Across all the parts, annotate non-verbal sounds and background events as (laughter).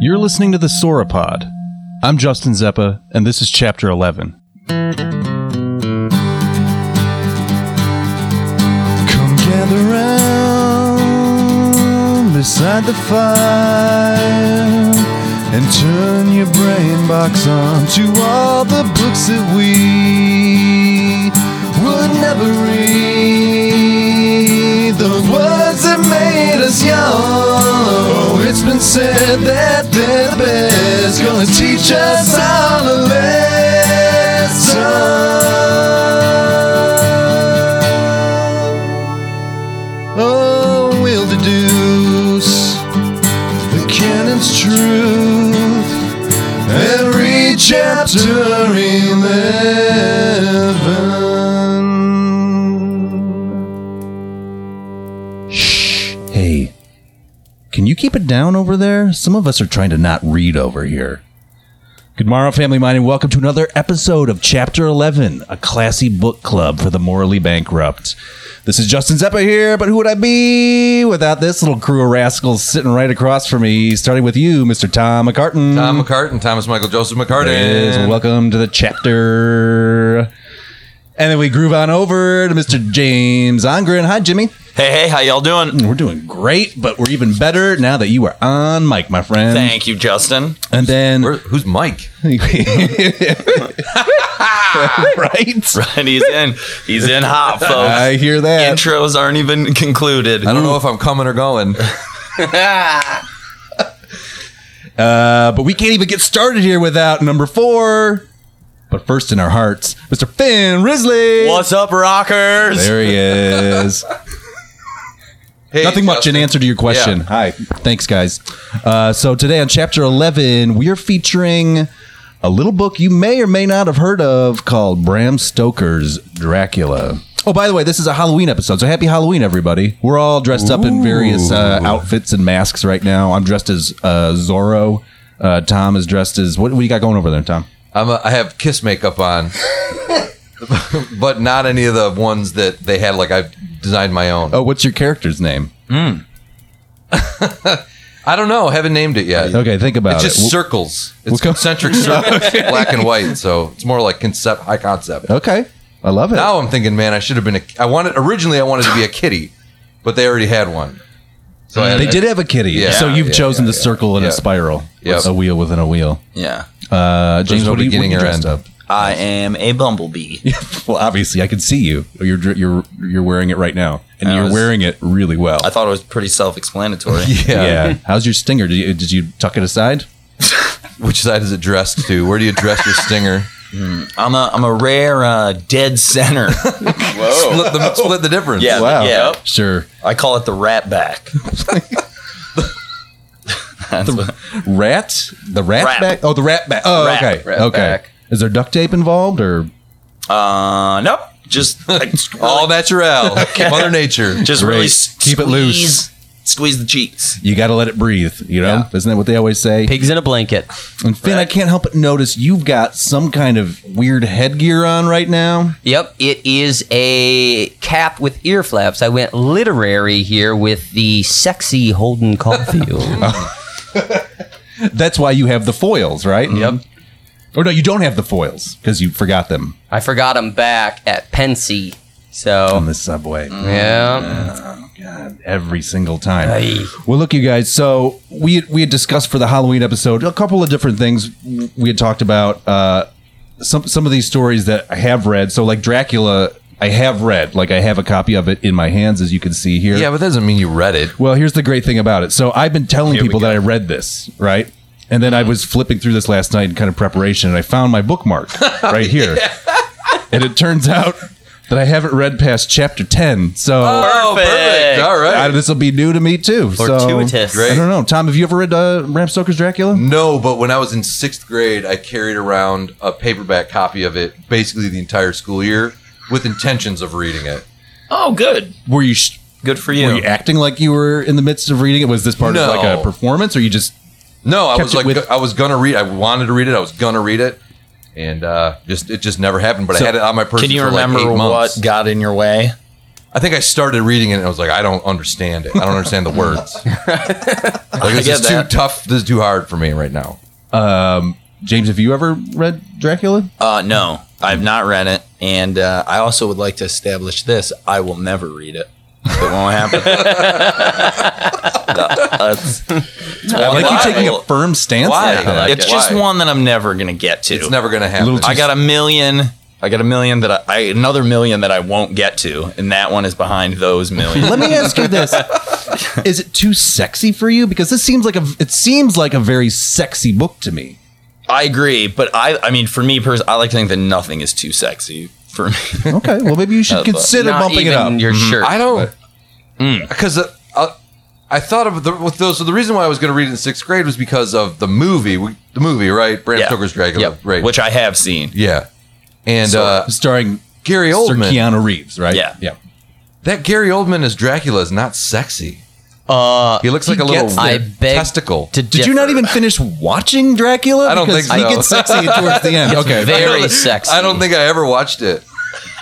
You're listening to the Sauropod. I'm Justin Zeppa, and this is Chapter 11. Come gather round beside the fire and turn your brain box on to all the books that we would never read. The words that made us young. Oh, it's been said that they're the best, gonna teach us all a lesson. Oh, we'll deduce the canon's truth. Every chapter 11. Shh. Hey, can you keep it down over there? Some of us are trying to not read over here. Good morrow, family mind, and welcome to another episode of Chapter 11, a classy book club for the morally bankrupt. This is Justin Zeppa here, but who would I be without this little crew of rascals sitting right across from me, starting with you, Mr. Tom McCartan. Tom McCartan, Thomas Michael Joseph There it is. McCartan. Welcome to the chapter. And then we groove on over to Mr. James Ongren. Hi, Jimmy. Hey, hey, how y'all doing? We're doing great, but we're even better now that you are on mic, my friend. Thank you, Justin. (laughs) And then, Where- who's (laughs) Mike? (laughs) right? And he's in. He's in (laughs) hot, folks. I hear that. Intros aren't even concluded. I don't know if I'm coming or going. Uh, but we can't even get started here without number four. But first, in our hearts, Mr. Finn Risley. What's up, rockers? There he is. Hey, Nothing much in Justin. answer to your question. Yeah. Hi. Thanks, guys. Uh, so today on Chapter 11, we are featuring a little book you may or may not have heard of called Bram Stoker's Dracula. Oh, by the way, this is a Halloween episode, so happy Halloween, everybody. We're all dressed up in various uh, outfits and masks right now. I'm dressed as uh, Zorro. Uh, Tom is dressed as... What, what do you got going over there, Tom? I'm a, I have kiss makeup on, (laughs) but not any of the ones that they had. Like I've designed my own. Oh, what's your character's name? I don't know. Haven't named it yet. Okay, think about It's it. just We'll- circles. It's co- concentric circles, black and white. So it's more like concept, high (laughs) concept. okay, I love it. Now I'm thinking, man, I should have been. A, I wanted originally. I wanted to be a kitty, but they already had one. So I had- They did have a kitty, Yeah, so you've yeah, chosen yeah, the circle and a yeah. spiral, Yep. a wheel within a wheel. Yeah. Uh, James, no what are you beginning what are you or dressed end. I am a bumblebee. (laughs) up? well, obviously, I can see you. You're dr- you're you're wearing it right now, and I you're was- wearing it really well. I thought it was pretty self-explanatory. Yeah. How's your stinger? Did you, did you tuck it aside? Which side is it dressed to? Where do you dress your stinger? I'm a I'm a rare uh, (laughs) dead center. split the split the difference. Yeah. yeah. Sure. I call it the (laughs) rat back. That's what- Rat. The rat, Rat. back. Oh, the rat back. Oh, Rat. okay. Rat okay. back. Is there duct tape involved or? uh, nope. (laughs) Just like, Oh, All (laughs) natural. Mother Nature. Just Great. really s- Keep it loose. squeeze- Squeeze the cheeks. You got to let it breathe, you know? Yeah. Isn't that what they always say? Pigs in a blanket. and Finn, I can't help but notice you've got some kind of weird headgear on right now. Yep, it is a cap with ear flaps. I went literary here with the sexy Holden (laughs) Uh-huh. Caulfield. That's why you have the foils, right? Mm-hmm. Yep. Or no, you don't have the foils because you forgot them I forgot him back at Pensy. on So, the subway. Mm. yeah. God, every single time. Aye. Well, look, you guys. So we we had discussed for the Halloween episode a couple of different things. We had talked about uh, some some of these stories that I have read. So like Dracula, I have read. Like I have a copy of it in my hands, as you can see here. Yeah, but that doesn't mean you read it. Well, here's the great thing about it. So I've been telling we people go. that I read this, right? And then I was flipping through this last night in kind of preparation, and I found my (laughs) bookmark Oh, right here. And it turns out that I haven't read past chapter ten. So. Oh, perfect. All Uh, right. this will be new to me too. Fortuitous. So, I don't know. Tom, have you ever read uh, Bram Stoker's Dracula? No, but when I was in sixth grade, I carried around a paperback copy of it basically the entire school year with intentions of reading it. Oh, good. Were you sh- Good for were you acting like you were in the midst of reading it? Was this part No. of like a performance, or you just? No, I Kept was it like, with- I was gonna read. I wanted to read it. I was gonna read it, and uh, just it just never happened. But I had it on my person. Can you for remember like eight what months. got in your way? I think I started reading it and I was like, I don't understand it. I don't understand (laughs) the words. like this get is too that. tough. This is too hard for me right now. James, have you ever read Dracula? Uh, no, I've not read it, and uh, I also would like to establish this: I will never read it. It won't (laughs) happen. Us. I like why? you taking a firm stance. Why? like that. like it's it. just Why? one that I'm never gonna get to. It's never gonna Little happen. too I got a million. I got a million that I, I another million that I won't get to, and that one is behind those (laughs) million. Let me ask you (laughs) this: Is it too sexy for you? Because this seems like a it seems like a very sexy book to me. I agree, but I I mean for me personally, I like to think that nothing is too sexy for me. Okay, well maybe you should Uh, consider Not bumping it even up. Your shirt. Mm-hmm. I don't because uh, uh, I thought of the, with those. So the reason why I was going to read it in sixth grade was because of the movie. We, the movie, right? Bram Yeah. Stoker's Dracula, Yep. right? Which I have seen. yeah, and uh, starring Gary Sir Oldman. Keanu Reeves, right? (laughs) Yeah. yeah. That Gary Oldman as Dracula is not sexy. Uh, he looks like a little gets there. I beg testicle. (laughs) to Did you not even finish watching Dracula? I don't Because think so. He gets sexy towards the (laughs) end. Okay, very sexy. I don't think I ever watched it.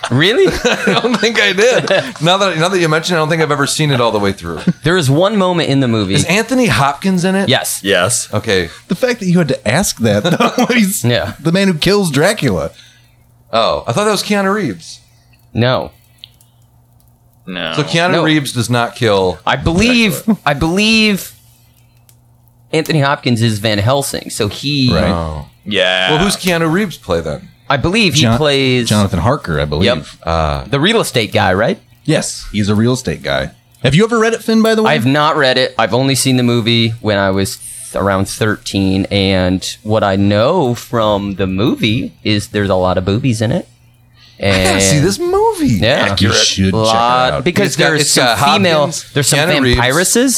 (laughs) really. I don't think I did. now that now that you mention, it, I don't think I've ever seen it all the way through. There is one moment in the movie. Is Anthony Hopkins in it? yes. Yes. Okay. the fact that you had to ask that, though, (laughs) he's Yeah. the man who kills Dracula. Oh, I thought that was Keanu Reeves. No. Oh, No. So Keanu No. Reeves does not kill. I believe. I believe. Anthony Hopkins is Van Helsing, so he. Right. Oh. yeah. Well, Uh, who's Keanu Reeves play then? I believe he Jon- plays Jonathan Harker, I believe. Yep. Uh, the real estate guy, right? Yes, he's a real estate guy. Have you ever read it, Finn? By the way, I've not read it. I've only seen the movie when I was th- around 13. And what I know from the movie is there's a lot of boobies in it. And I gotta see this movie. Yeah. you should check it Lot- out. Because It's got- there's it's some got female, Hopkins, there's some Keanu Reeves. vampiresses.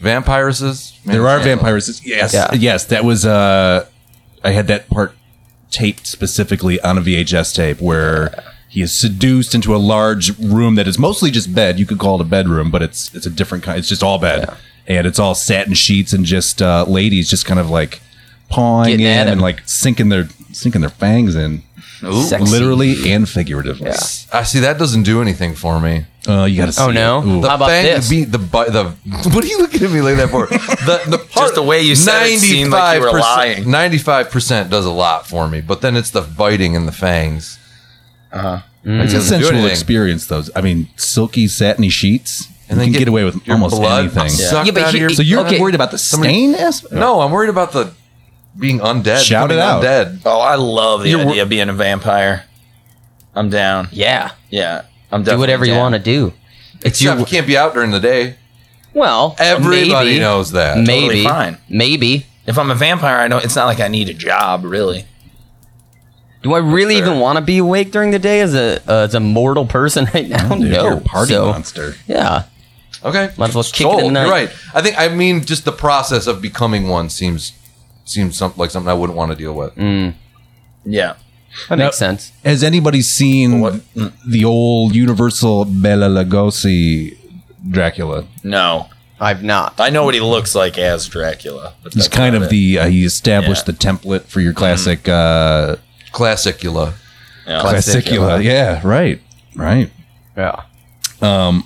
Vampireses. Man, There are yeah. vampires. Yes, Yeah. yes. That was uh, I had that part taped specifically on a VHS tape where he is seduced into a large room that is mostly just bed. You could call it a bedroom, but it's it's a different kind. It's just all bed, and it's all satin sheets and just uh, ladies just kind of like pawing Getting at in him. and like sinking their sinking their fangs in, Sexy. literally and figuratively. I see that doesn't do anything for me. Uh, you gotta. See Oh, no? it. Ooh. The How about bang- this? The, be- the, bu- the what are you looking at me like (laughs) that for? The, the part, the way you said it seemed like you were 95% lying. Ninety-five percent does a lot for me, but then it's the biting and the fangs. It's a do sensual anything. experience, though. I mean, silky, satiny sheets. And you And then can get, get away with your almost blood anything. sucked Yeah, but out of he- your- he- So you're Okay. worried about the stain aspect? No, I'm worried about the being undead. Shout it becoming out. Undead. Oh, I love the You're wor- idea of being a vampire. I'm down. Yeah. Yeah. I'm Do whatever you want to do. It's Except your. you can't be out during the day. Well, Everybody maybe, knows that. Maybe. Totally fine. Maybe. If I'm a vampire, I don't. It's not like I need a job, really. Do I really Fair. even want to be awake during the day as a uh, as a mortal person Oh, right now? Dude, no. you're a party So, monster. Yeah. Okay, Might as well kick it Sold. in the- You're right. I think I mean just the process of becoming one seems seems some, like something I wouldn't want to deal with. Mm. Yeah. That makes sense. Has anybody seen What- the old Universal Bela Lugosi Dracula? No. I've not. I know what he looks like as Dracula. but He's that's kind about of it. the, uh, he established the Yeah. template for your classic uh, Classicula. Yeah. classicula. Yeah, right. Right. Yeah.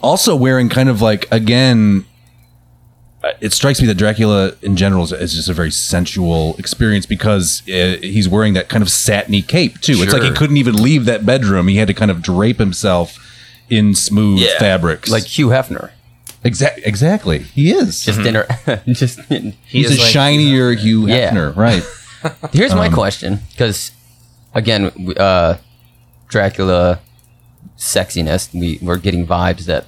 also wearing kind of like again uh, it strikes me that dracula in general is, is just a very sensual experience because uh, he's wearing that kind of satiny cape too it's like he Sure. couldn't even leave that bedroom he had to kind of drape himself in smooth Yeah. fabrics Like Hugh Hefner. exactly exactly he is Just inter- (laughs) just in- he's is a like- shinier hugh Yeah. hefner right Here's Um, my question cuz again w- uh Dracula sexiness we we're getting vibes that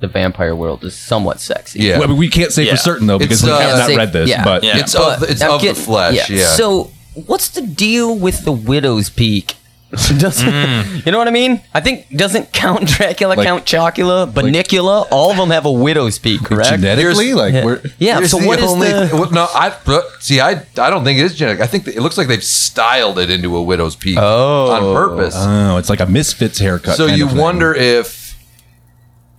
the vampire world is somewhat sexy. (laughs) Yeah. Well, I mean, we can't say Yeah. for certain though because It's, we uh, have yeah, not safe- read this yeah. but Yeah. It's of the- it's I'm of the getting- flesh. Yeah. So, what's the deal with the widow's peak? (laughs) doesn't Mm. (laughs) you know what I mean? I think doesn't Count Dracula, Like- Count Chocula, Banicula, all of them have a widow's peak, correct? genetically Here's- like we're Yeah. Here's So what is only- the? well, no? I but- see. I I don't think it is genetic. I think that it looks like they've styled it into a widow's peak Oh. on purpose. oh it's like a misfits haircut so kind you of thing. wonder if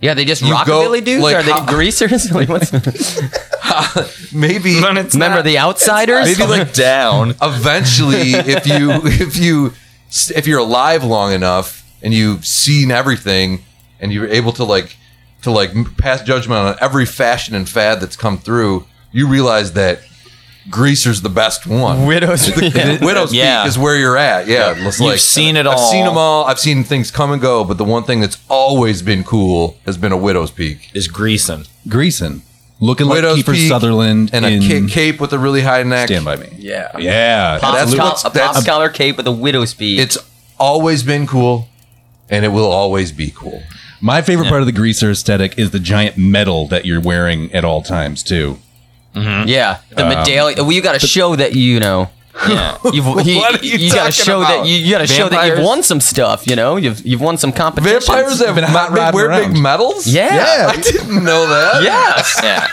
Yeah, they just You rockabilly go, dudes. like, Are they how- greasers? (laughs) Like, what's- maybe But it's Remember not- the outsiders? Maybe (laughs) like down. eventually if you if you if you're alive long enough and you've seen everything and you're able to like to like m- pass judgment on every fashion and fad that's come through, you realize that greaser's the best one. Widows. yeah. Widow's Yeah. Peak is where you're at. Yeah, it's You've seen it I've all. seen them all. I've seen things come and go, but the one thing that's always been cool has been a Widow's Peak Is (laughs) greasing. Greason. Looking Widow's like Kiefer Peak Sutherland and in a ca- cape with a really high neck. Stand By Me. yeah. Yeah. Pop That's col- what's- a pop that's- collar cape with a widow's peak. It's always been cool, and it will always be cool. My favorite part of the greaser aesthetic is the giant medal that you're wearing at all times too. yeah. The medallion. Well, you got to show that you know. Yeah. You've, he- What are you got talking to show about? that you, you got to show that you've Vampires? won some stuff. You know, you've you've won some competitions. Vampires have Been hot ma- they rodding wear around. big medals. Yeah. I didn't know that. Yes. Yeah.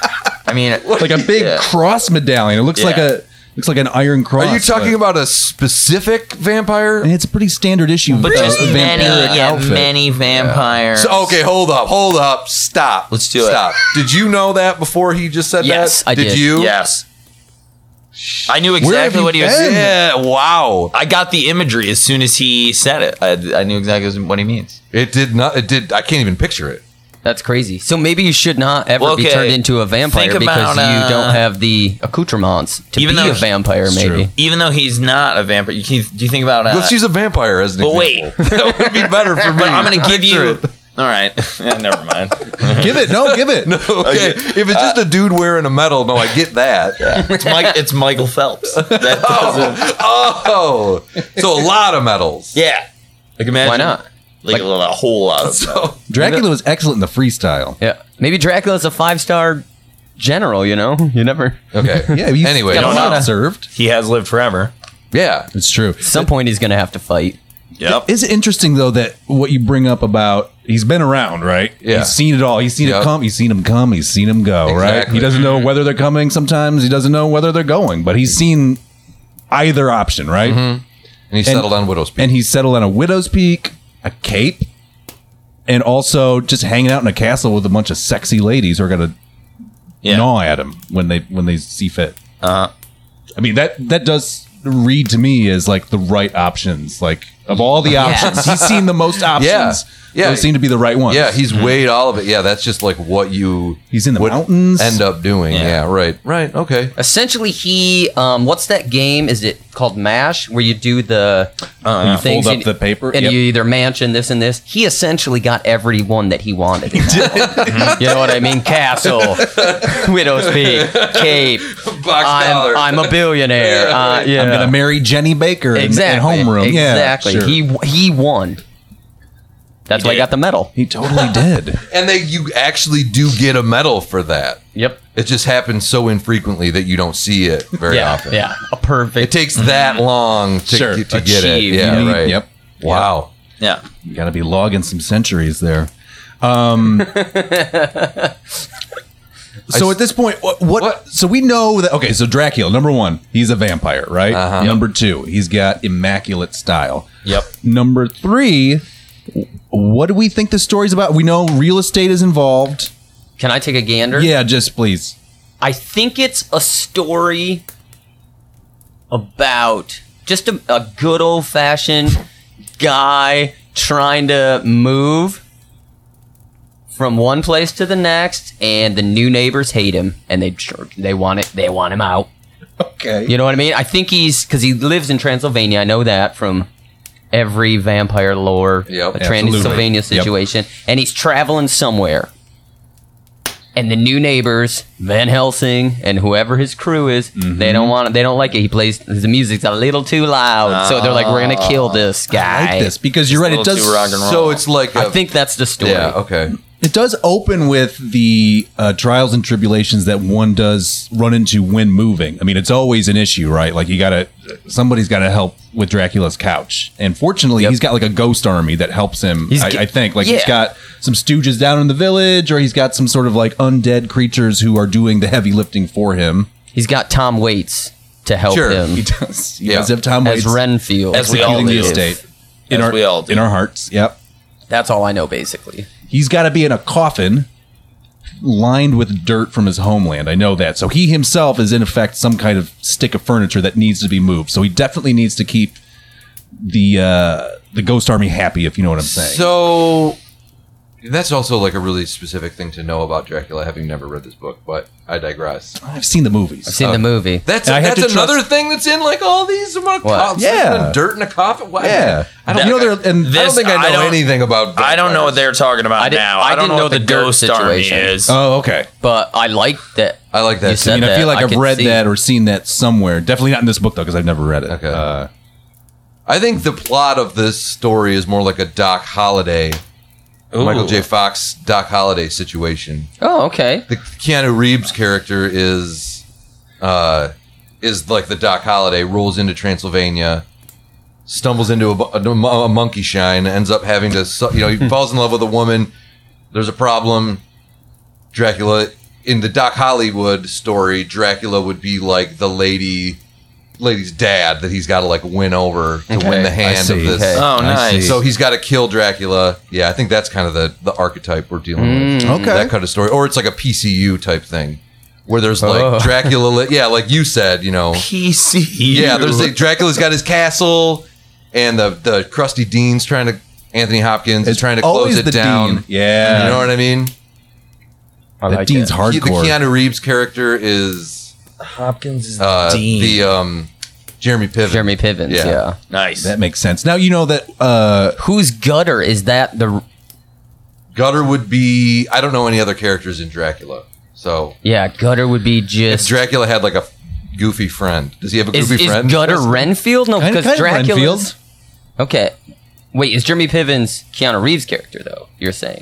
I mean, Like a big Yeah. cross medallion. It looks like Yeah. a looks like an iron cross. Are you talking but- about a specific vampire? And it's a pretty standard issue. but uh, just vampiric many, yeah, outfit. many vampires. So, okay, hold up, hold up, stop. Let's do it. stop. Did you know that before he just said Yes, that? I did. you? Yes. I knew Where have exactly you what he was been? Yeah. Wow. I got the imagery as soon as he said it. I, I knew exactly what he means. It did not. It did. I can't even picture it. That's crazy. So maybe you should not ever Well, be okay. turned into a vampire Think because about, uh, you don't have the accoutrements to even be though a he- vampire. maybe. true. Even though he's not a vampire, you can, do you think about? Uh, Let's use a vampire as an But wait. example. that would be better for me. but (laughs) I'm gonna give Picture you. it. All right, Yeah, never mind. Give it. No, give (laughs) it. Okay. If it's Uh, just a dude wearing a medal, no, I get that. It's Mike. It's Michael Phelps. That doesn't- Oh, so a lot of medals. yeah. Like imagine. Why not? Like, a, lot- a whole lot of. So Dracula was excellent in the freestyle. Yeah. Maybe Dracula's a five star general. You know. You never. okay. (laughs) Yeah. You Anyway, got don't a lot know. served. (laughs) He has lived forever. Yeah. It's true. At some point he's gonna have to fight. Yep. Is it interesting though that what you bring up about he's been around, right? Yeah. He's seen it all. He's seen Yeah. it come. He's seen him come. He's seen him go. Right. Exactly. He doesn't know whether they're coming. Sometimes he doesn't know whether they're going. But he's seen either option, right? Mm-hmm. And he settled on Widow's Peak. And he's settled on a widow's peak, a cape, and also just hanging out in a castle with a bunch of sexy ladies who are gonna Yeah. gnaw at him when they when they see fit. Uh I mean that that does read to me as like the right options. Like of all the options, he's seen the most options. Yeah. Yeah. Those seem to be the right ones. yeah, he's weighed all of it. Yeah, that's just like what you He's in the would mountains. End up doing. Yeah. Yeah. Right. Right. Okay. Essentially, he. Um, what's that game? Is it called Mash, where you do the And you things fold up and- the paper. and Yep. you either mansion this and this? He essentially got every one that he wanted. in that one. you know what I mean? Castle, widow's peak, cape. Box I'm, dollar. I'm a billionaire. Uh, yeah. I'm gonna marry Jenny Baker in- exactly. in, homeroom. Yeah, Exactly. sure. He he won. That's He why he did. got the medal. he totally did. and they, you actually do get a medal for that. Yep. It just happens so infrequently that you don't see it very Yeah. often. Yeah. A It perfect. takes that long to, Sure. to get it. Achieve. Mm-hmm. Yeah, You need- right. Yep. Wow. Yeah. You gotta be logging some centuries there. (laughs) Um, so at this point, what, what, What? So we know that okay. So Dracula, number one, he's a vampire, right? Uh-huh. Number two, he's got immaculate style. Yep. Number three, w- what do we think the story's about? We know real estate is involved. Can I take a gander? Yeah, just please. I think it's a story about just a, a good old fashioned guy trying to move from one place to the next, and the new neighbors hate him, and they jerk- they want it. They want him out. Okay. You know what I mean? I think he's because he lives in Transylvania. I know that from every vampire lore, Yep. a Absolutely. Transylvania Yep. situation, and he's traveling somewhere. And the new neighbors, Van Helsing and whoever his crew is, Mm-hmm. they don't want it. They don't like it. He plays the music's a little too loud, so they're like, "We're gonna kill this guy." Ah, I like this because you're right. It little does too rock and roll. So it's like a I think that's the story. yeah. Okay. It does open with the uh, trials and tribulations that one does run into when moving. I mean, it's always an issue, right? Like you gotta, somebody's gotta help with Dracula's couch, and fortunately, he's got like a ghost army that helps him. I, g- I think, like he's yeah. got some stooges down in the village, or he's got some sort of like undead creatures who are doing the heavy lifting for him. He's got Tom Waits to help Sure. He him does. He Yeah. does have Tom as Waits Renfield. As we all executing the do. estate in As our we all do. in our hearts. Yep. that's all I know, basically. he's got to be in a coffin lined with dirt from his homeland. I know that. So he himself is in effect some kind of stick of furniture that needs to be moved. So he definitely needs to keep the uh, the ghost army happy, if you know what I'm saying. So And that's also like a really specific thing to know about Dracula, having never read this book. But I digress. I've seen the movies. I've seen the movie. That's And I have that's to trust- another thing that's in like all these about What? cops Yeah. and dirt in a coffin. Why? Yeah, I don't. You know, there and I don't this. This- think I I know don't- anything about. I don't know what they're talking about I didn't- now. I I, don't didn't know, know what the the, dirt ghost army situation. is. Oh, okay. But I like that. I like that You too. said I, You mean, I that. feel like I have can read see. that or seen that somewhere. Definitely not in this book though, because I've never read it. Okay. Uh, I think the plot of this story is more like a Doc Holliday, Michael J. Fox Doc Holliday situation. Oh, okay. The Keanu Reeves character is, uh, is like the Doc Holliday rolls into Transylvania, stumbles into a, bu- a mo- a monkey shine, ends up having to su- you know (laughs) he falls in love with a woman. There's a problem. Dracula in the Doc Hollywood story, Dracula would be like the lady, lady's dad that he's got to like win over to Okay, win the I hand of see. this. Okay. Oh, I nice. see. So he's got to kill Dracula. Yeah, I think that's kind of the the archetype we're dealing with. Mm. Okay. that kind of story, or it's like a PCU type thing, where there's like Oh. (laughs) Dracula. Li- yeah, like you said, you know. PC. Yeah, there's like Dracula's got his castle, and the the crusty dean's trying to Anthony Hopkins is it's trying to close always it the down. Dean. Yeah, You know what I mean? I like Dean's hardcore. He- the Keanu Reeves character is Hopkins is uh, Dean. the um, Jeremy Piven. Jeremy Pivens. Yeah. Yeah. nice. that makes sense. Now you know that. Uh, Whose gutter is that? The Gutter would be. I don't know any other characters in Dracula, so yeah gutter would be If just. Dracula had like a f- goofy friend, does he have a Is, goofy is friend? gutter Renfield? No, kind of- because kind of Dracula's. Renfield. Okay. Wait, is Jeremy Pivens Keanu Reeves' character though? You're saying.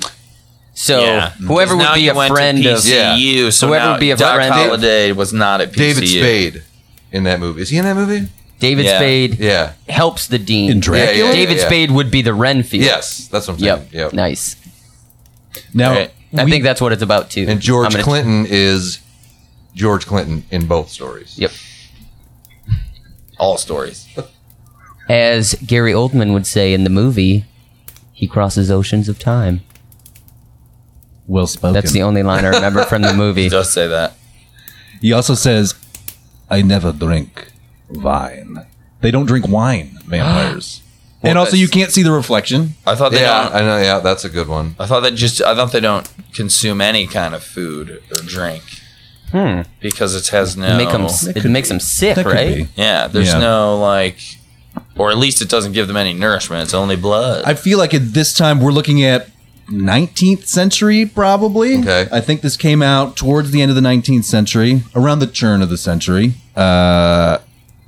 So Yeah. whoever Because would now be you a went to friend of PCU, so Whoever now would be a Doc friend- Holliday was not at PCU. David Spade in that movie. Is he in that movie? David Yeah. Spade Yeah. helps the dean. In Dracula? Yeah, yeah, yeah, David yeah. Spade would be the Renfield. Yes, that's what I'm saying. Yep. Yep. Nice. now Right. I we- think that's what it's about too. And George I'm gonna- Clinton is George Clinton in both stories. Yep. All stories. As Gary Oldman would say in the movie, he crosses oceans of time. well spoken. That's the only line I remember from the (laughs) movie. He does say that. He also says, "I never drink wine. They don't drink wine, (gasps) vampires." and also, that's- you can't see the reflection. I thought they Yeah, don't. I know. Yeah, that's a good one. I thought that just I thought they don't consume any kind of food or drink because it has no. It, Hmm. make 'em s- it could makes them sick, That could right? be. yeah, there's Yeah. no like, or at least it doesn't give them any nourishment. It's only blood. I feel like at this time we're looking at 19th century, probably. Okay. I think this came out towards the end of the 19th century, around the turn of the century. Uh,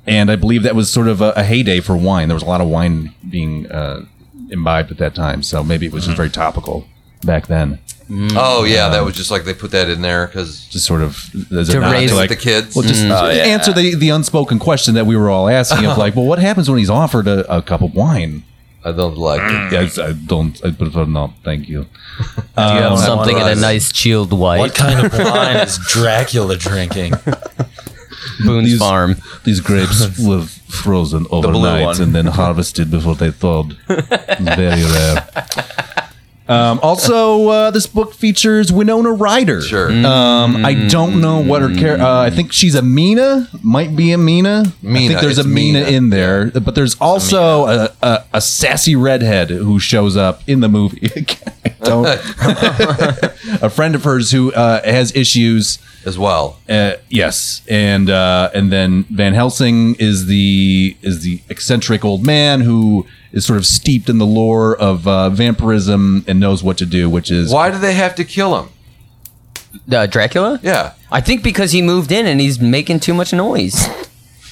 and I believe that was sort of a, a heyday for wine. There was a lot of wine being uh, imbibed at that time, so maybe it was Mm. just very topical back then. Oh yeah, that was just like they put that in there because Just sort of as a To nod raise like the kids. Well, just Oh, yeah. answer the, the unspoken question that we were all asking (laughs) of like, well, what happens when he's offered a, a cup of wine? Mm. I don't like Mm. it. Yes, I don't. I prefer not. Thank you. You have Uh, something in a otherwise- nice chilled white. kind of wine is Dracula drinking? Boone's these- Farm. These grapes were frozen overnight one. and then harvested before they thawed. Very rare. Um, also, uh, this book features Winona Ryder. Sure. Um, I don't know what her character. Uh, I think she's Amina. Might be Amina. I Mina, think there's it's Amina Mina. in there, but there's also a, a, a sassy redhead who shows up in the movie. (laughs) I don't. (laughs) a friend of hers who uh, has issues. As well. Uh, yes, and uh, and then Van Helsing is the is the eccentric old man who is sort of steeped in the lore of uh, vampirism and knows what to do, which is Why do they have to kill him? Uh, Dracula? Yeah. I think because he moved in and he's making too much noise.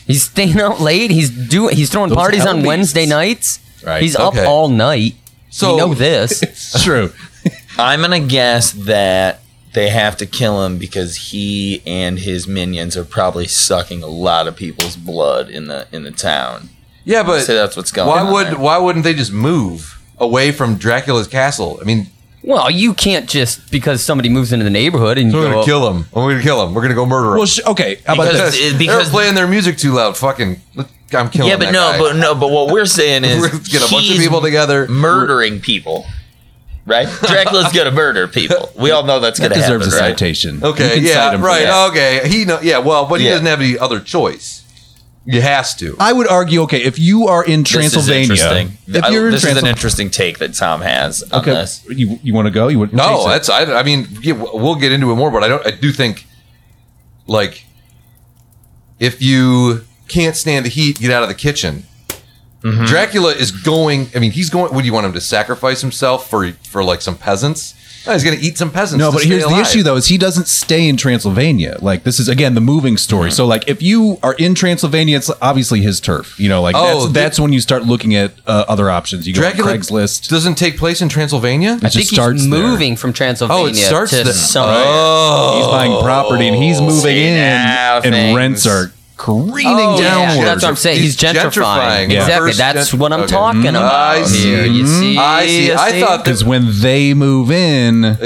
He's staying out late. He's doing. He's throwing Those parties hell on beasts. Wednesday nights. Right, He's okay. up all night. So So- we know (laughs) this. It's true. I'm gonna guess that they have to kill him because he and his minions are probably sucking a lot of people's blood in the in the town. Yeah, but So that's what's going why on would there. why wouldn't they just move away from Dracula's castle? I mean, Well, you can't just because somebody moves into the neighborhood and you we're go, gonna kill him. We're gonna kill him. We're gonna go murder him. Well, sh- okay. How about Because this? it- they're playing their music too loud. Fucking, look, I'm killing. Yeah, but that no, guy. but no, but what we're saying is (laughs) We're gonna get a bunch of he's people together. murdering people. Right? Dracula's gonna murder people. We all know that's That gonna deserves a happen, right? citation. You Okay, can cite yeah, him for right. that. Okay, he know. Yeah, well, but he Yeah. doesn't have any other choice. You has to. I would argue, okay, if you are in Transylvania, This is interesting. if I- you're in this is an Transylvania, interesting take that Tom has on okay, this. you you want to go? You would No, Jason. that's. I, I mean, yeah, we'll get into it more, but I don't. I do think, like, if you can't stand the heat, get out of the kitchen. Mm-hmm. Dracula is going. I mean, he's going. What do you want him to sacrifice himself for? For like some peasants? No, he's going to eat some peasants. No, to but stay here's the alive. issue though: is he doesn't stay in Transylvania. Like this is again the moving story. So like if you are in Transylvania, it's obviously his turf. You know, like Oh, that's, the- that's when you start looking at uh, other options. You go Dracula on Craigslist. doesn't take place in Transylvania. It I think just he's starts there. moving from Transylvania. Oh, it starts to there. some- Oh, He's buying property and he's moving see in, now and things. rents are careening Oh, yeah, downward. that's what I'm saying. He's He's, gentrifying. gentrifying. Yeah. Exactly. First That's gen- what I'm okay. talking Mm, about. I see. here. You see? I see. You I thought that- Because when they move in, Yeah.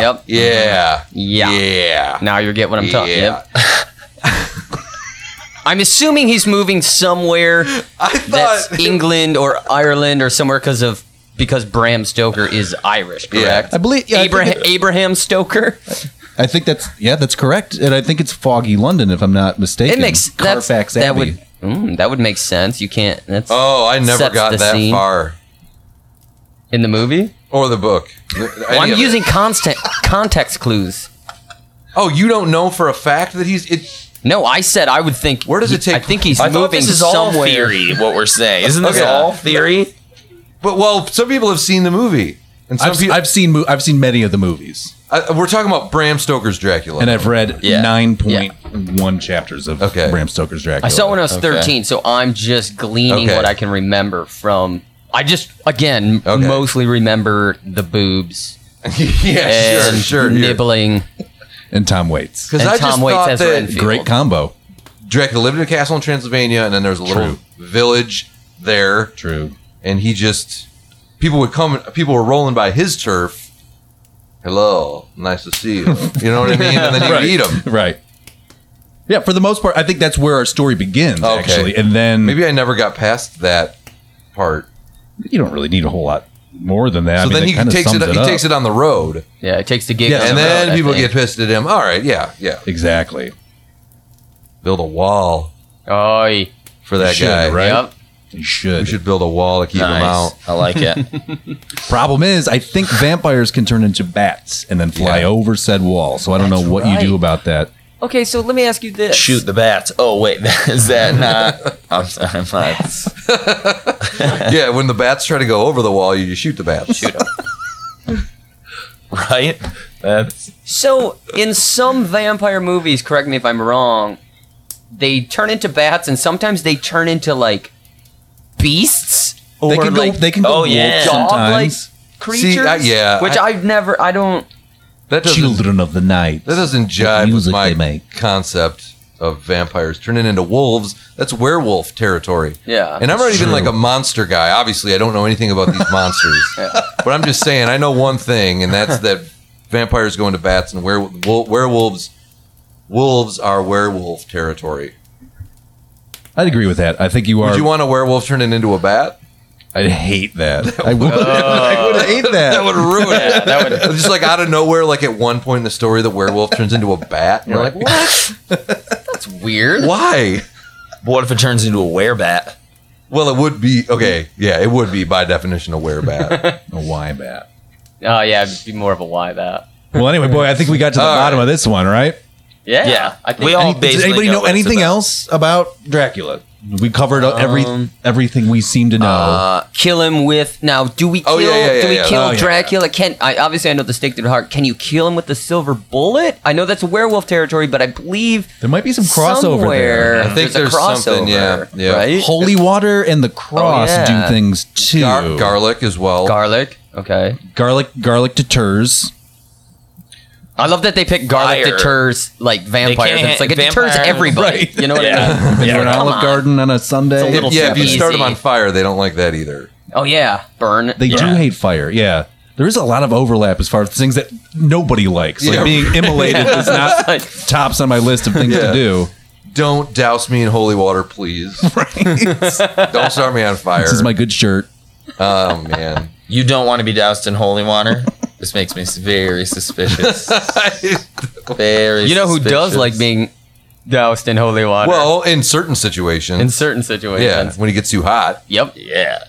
Yep. Yeah. Yeah. Yeah. Now you get what I'm talking. Yeah. Yep. (laughs) I'm assuming he's moving somewhere I thought. that's e- England or Ireland or somewhere because of because Bram Stoker is Irish, correct? I believe yeah, I think Abraham, it- Abraham Stoker. I think that's yeah, that's correct, and I think it's foggy London, if I'm not mistaken. It makes that's, Carfax that Abbey. would mm, that would make sense. You can't. That's oh, I never sets the got that scene. far. in the movie. Or the book. Any Well, I'm of it. using constant context clues. Oh, you don't know for a fact that he's. It, No, I said I would think. Where does it take- I think he's I thought moving this is all somewhere. theory. What we're saying isn't this Okay. all theory? but well, some people have seen the movie, and some I've, people. I've seen mo- I've seen many of the movies, we're talking about Bram Stoker's Dracula. and I've read Yeah. nine point one chapters of Okay. Bram Stoker's Dracula. I saw it when I was Okay. 13, so I'm just gleaning Okay. what I can remember from. I just again Okay. mostly remember the boobs (laughs) yeah, and sure, sure. here. nibbling. and Tom Waits, Because And I Tom just Waits thought as that Renfield. great combo. Dracula lived in a castle in Transylvania, and then there's a little True. village there, True. and he just people would come. People were rolling by his turf. Hello, nice to see you. You know what I mean? And then you (laughs) Right. would eat him. Right. Yeah, for the most part, I think that's where our story begins, Okay. actually, and then Maybe I never got past that part. you don't really need a whole lot more than that. So I mean, then that he kinda takes it. sums he takes up. it on the road, Yeah, it takes the gig. Yeah, on and the then road, I people think. get pissed at him. All right, yeah, yeah. exactly. Build a wall Oy. for that should, guy. right? Yep. You We should. should build a wall to keep (laughs) him out. I like it. Problem is, I think vampires can turn into bats and then fly Yeah. over said wall. So I don't That's know what you do right. about that. Okay, so let me ask you this. Shoot the bats. Oh wait, (laughs) is that not? I'm sorry, I'm not. yeah, when the bats try to go over the wall, you just shoot the bats. Shoot them. Right? Uh, That's So in some vampire movies, correct me if I'm wrong, they turn into bats, and sometimes they turn into like beasts or They can go. like They can go. oh, wolf yeah. dog-like sometimes. creatures. See, I- yeah, which I- I, have never. I don't. That doesn't Children of the night. that doesn't jive with music my they make. concept of vampires turning into wolves. That's werewolf territory. Yeah. And I'm not even True. like a monster guy. Obviously, I don't know anything about these monsters. But I'm just saying, I know one thing, and that's that vampires go into bats and were, wol- werewolves. Wolves are werewolf territory. I'd agree with that. I think you are. Would you want a werewolf turning into a bat? I'd hate that. I would. (laughs) I would hate that. That would ruin (laughs) it. that would Just like out of nowhere, like at one point in the story, the werewolf turns into a bat. And you're like, what? That's weird. Why? what if it turns into a werebat? Well, it would be okay. Yeah, it would be by definition a werebat. A why bat? Oh yeah, it'd be more of a why that. Well, anyway, boy, I think we got to the All bottom right. of this one, right? Yeah. Yeah. I think We all- Any- does basically anybody know know what it's anything about. else about Dracula? We covered uh, every Um, everything we seem to know. uh, kill him with now. Do we kill? Oh, yeah, yeah, yeah, do we yeah. kill Oh, yeah. Dracula? Can I obviously I know the stake to the heart. Can you kill him with the silver bullet? I know that's werewolf territory, but I believe there might be some crossover there. somewhere I think there's, a there's something, crossover, yeah, yeah. Right? Holy water and the cross Oh, yeah. do things too. Gar- garlic as well. garlic. Okay. garlic, garlic deters. I love that they pick garlic Fire. deters like vampires. can't- It's like it deters vampire- everybody. Right. You know what I mean? When Yeah. you're in Come Olive on. Garden on a Sunday. It's a little yeah, if you Easy. start them on fire, they don't like that either. Oh yeah, (laughs) burn. They do Yeah. hate fire. Yeah. There is a lot of overlap as far as things that nobody likes. Like Yeah. being immolated is not (laughs) Like, tops on my list of things to Yeah. do. Don't douse me in holy water, please. don't start me on fire. This is my good shirt. oh man. You don't want to be doused in holy water. this makes (laughs) me very suspicious. Very. you know who does suspicious. like being doused in holy water. Well, in certain situations. in certain yeah, situations. when he gets too hot. Yep. Yeah.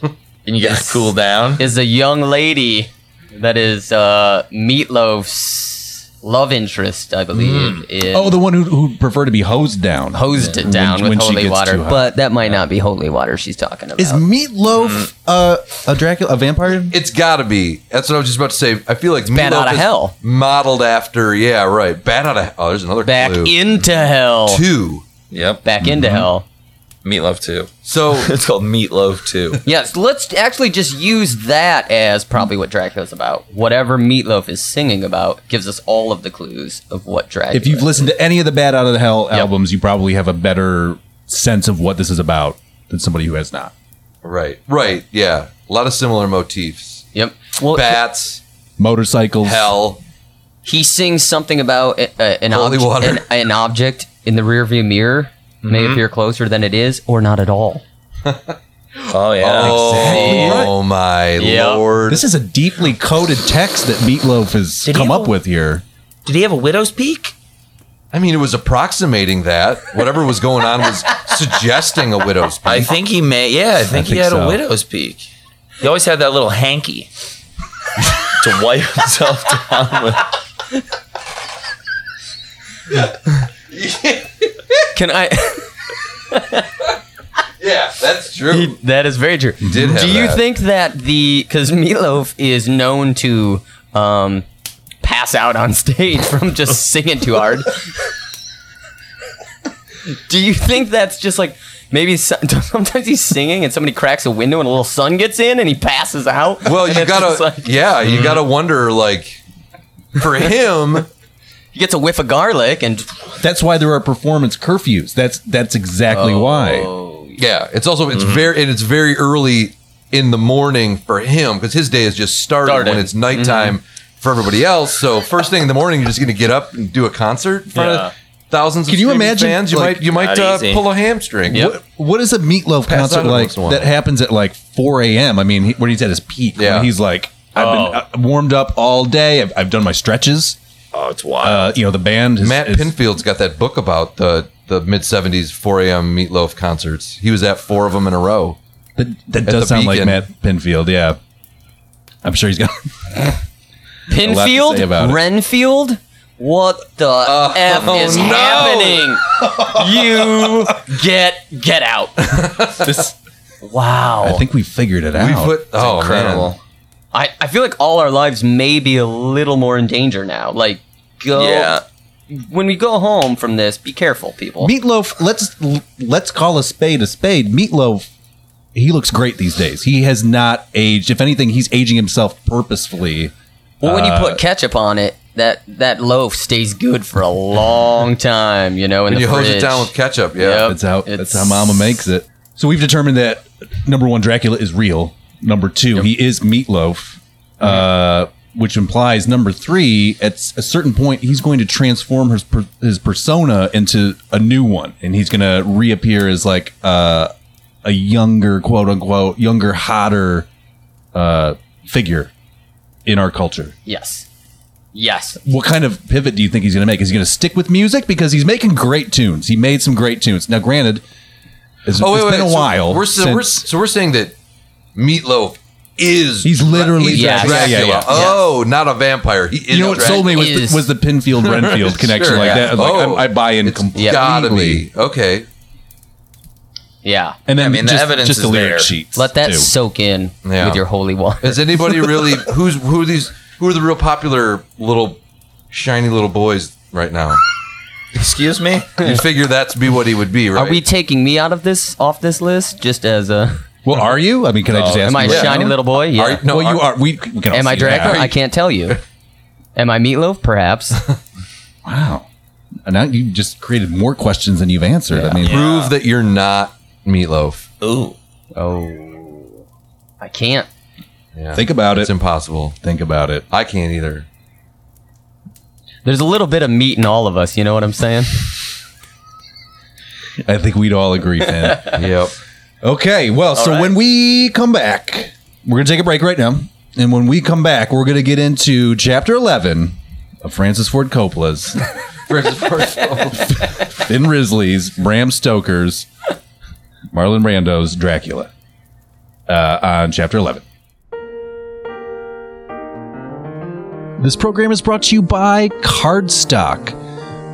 And you gotta cool down. Is a young lady that is uh, Meatloaf's love interest, I believe. in- Oh, the one who who prefer to be hosed down. hosed it When- down when with she holy gets water, too hot. but that might not be holy water she's talking about. Is Meatloaf uh, a Dracula, a vampire? It's got to be. That's what I was just about to say. I feel like Bat Meatloaf Outta is Hell. modeled after. Yeah, right. Bat out of. Oh, there's another back clue. into hell. two. Yep. back Mm-hmm. into hell. Meatloaf too. (laughs) So (laughs) It's called Meatloaf too. Yes, let's actually just use that as probably what Dracula's about. Whatever Meatloaf is singing about gives us all of the clues of what Dracula. If you've listened to any of the Bad Out of the Hell albums, you probably have a better sense of what this is about than somebody who has not. right, right. Yeah, a lot of similar motifs. Yep. Well, Bats, Motorcycles. hell. he sings something about a, a- an, Holy obj- water. an, an object in the rearview mirror may appear closer than it is, or not at all. Oh yeah. Oh, my lord! This is a deeply coded text that Meatloaf has Did he come have up a- with here. Did he have a widow's peak? I mean, it was approximating that. Whatever was going on was (laughs) suggesting a widow's peak. I think he may. Yeah, I think he think had so. a widow's peak. He always had that little hanky (laughs) to wipe himself down with. Can (laughs) I? yeah, that's true. that is very true. did have Do you that. think that the because Meatloaf is known to um, pass out on (laughs) stage from just singing too hard? Do you think that's just like maybe so- (laughs) sometimes he's singing and somebody cracks a window and a little sun gets in and he passes out? Well, And you it's just gotta, like, Mm-hmm. yeah, you gotta wonder, like, (laughs) for him, he gets a whiff of garlic and That's why there are performance curfews. That's that's exactly why. oh, yeah. It's also it's very and it's very early in the morning for him because his day has just started, Started. Mm-hmm. when it's nighttime for everybody else. So first thing in the morning, you're just gonna get up and do a concert in front Yeah. of thousands. Can of you screaming imagine, Fans, you like- might you might Not uh, easy. pull a hamstring. What, what is a Meatloaf Pass concert out every like once in a while. that happens at like 4 a.m.? I mean, he, when he's at his peak, when Yeah. he's like, I've been uh, warmed up all day. I've, I've done my stretches. Oh, it's wild. Uh, you know, the band. Is, Matt is- Pinfield's got that book about the the mid '70s 4 a.m. meatloaf concerts. He was at four of them in a row. That, that the does sound like Beacon. Matt Pinfield, yeah. I'm sure he's got. lot to Pinfield, say about it. Renfield. What the f is no. happening? you get get (laughs) out. this, Wow. I think we figured it We out. put oh man. Incredible. I, I feel like all our lives may be a little more in danger now. Like, go. Yeah. When we go home from this, be careful, people. Meatloaf, let's let's call a spade a spade. Meatloaf, he looks great these days. He has not aged. If anything, he's aging himself purposefully. well, when you Uh, put ketchup on it, that that loaf stays good for a long time, you know, in And the you hose it fridge. down with ketchup. Yeah. Yep. That's how that's It's- how Mama makes it. So we've determined that number one, Dracula is real. Number two, he is Meatloaf, uh, which implies number three, at s- a certain point, he's going to transform his per- his persona into a new one, and he's going to reappear as like uh, a younger, quote unquote, younger, hotter uh, figure in our culture. Yes. Yes. What kind of pivot do you think he's going to make? Is he going to stick with music because he's making great tunes? He made some great tunes. Now, granted, it's, Oh, wait, it's wait. been a so while. We're, so, we're, since- so we're saying that Meatloaf is He's literally he's Yes. Dracula. Yeah, yeah, yeah. Oh, not a vampire. He is you know what Dracula. sold me was is- the, was the Pinfield (laughs) Renfield connection Sure, like yeah. that. Like Oh. I, I buy in completely. It's Gotta be okay. Yeah. And then I mean, the just, evidence just the is lyric there. sheets. Let that too. soak in Yeah. with your holy water. Is anybody (laughs) really who's who are these who are the real popular little shiny little boys right now? Excuse me. (laughs) You figure that's be what he would be, right? Are we taking me out of this off this list just as a? Well, are you? I mean, can I just ask? Am I you a right shiny now? (laughs) little boy? Yeah. Are- no, (laughs) well, you are. We, we can all Am I see that. Dracula? I can't tell (laughs) you. Am I Meatloaf? Perhaps. Wow. And now you just created more questions than you've answered. I mean, prove that you're not Meatloaf. (laughs) Ooh. Oh, I can't. Yeah. think about it's it. impossible. think about it. I can't (laughs) either. There's a little bit of meat in all of us. You know what I'm saying? I think we'd all agree, (laughs) Finn. Yep. Okay, well, so right. when we come back, we're going to take a break right now. And when we come back, we're going to get into chapter 11 of Francis Ford Coppola's versus Forrest Gump. Finn Risley's, Bram Stoker's, Marlon Brando's Dracula uh, on Chapter 11. This program is brought to you by Cardstock.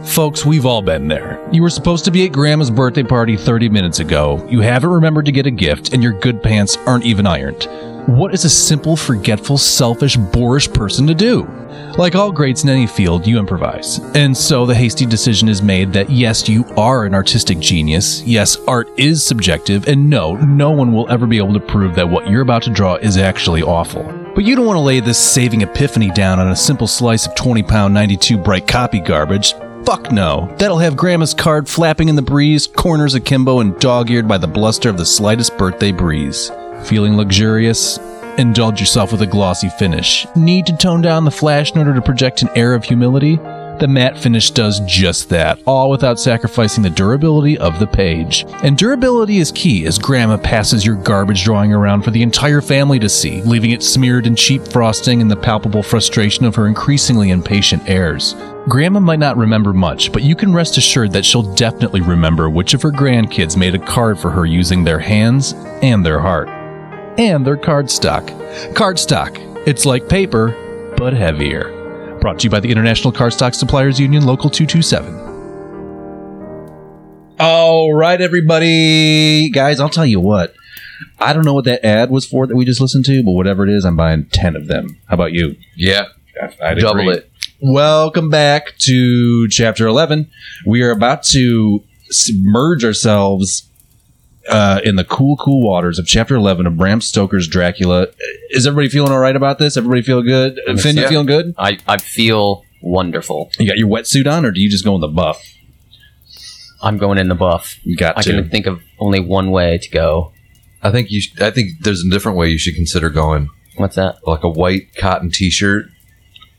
Folks, we've all been there. You were supposed to be at Grandma's birthday party 30 minutes ago. You haven't remembered to get a gift, and your good pants aren't even ironed. What is a simple, forgetful, selfish, boorish person to do? Like all greats in any field, you improvise. And so the hasty decision is made that yes, you are an artistic genius, yes, art is subjective, and no, no one will ever be able to prove that what you're about to draw is actually awful. But you don't want to lay this saving epiphany down on a simple slice of 20 pound 92 bright copy garbage. Fuck no. That'll have Grandma's card flapping in the breeze, corners akimbo and dog eared by the bluster of the slightest birthday breeze. Feeling luxurious? Indulge yourself with a glossy finish. Need to tone down the flash in order to project an air of humility? The matte finish does just that, all without sacrificing the durability of the page. And durability is key as Grandma passes your garbage drawing around for the entire family to see, leaving it smeared in cheap frosting and the palpable frustration of her increasingly impatient heirs. Grandma might not remember much, but you can rest assured that she'll definitely remember which of her grandkids made a card for her using their hands and their heart. And their cardstock. Cardstock. It's like paper, but heavier. Brought to you by the International Cardstock Suppliers Union, Local 227. All right, everybody. Guys, I'll tell you what. I don't know what that ad was for that we just listened to, but whatever it is, I'm buying 10 of them. How about you? (laughs) Yeah, i double it. Welcome back to Chapter 11. We are about to submerge ourselves uh, in the cool, cool waters of Chapter 11 of Bram Stoker's Dracula. Is everybody feeling all right about this? Everybody feel good? Finn, you Yeah. feeling good? I, I feel wonderful. You got your wetsuit on, or do you just go in the buff? I'm going in the buff. You got I to. can think of only one way to go. I think you. Sh- I think there's a different way you should consider going, What's that? like a white cotton T-shirt,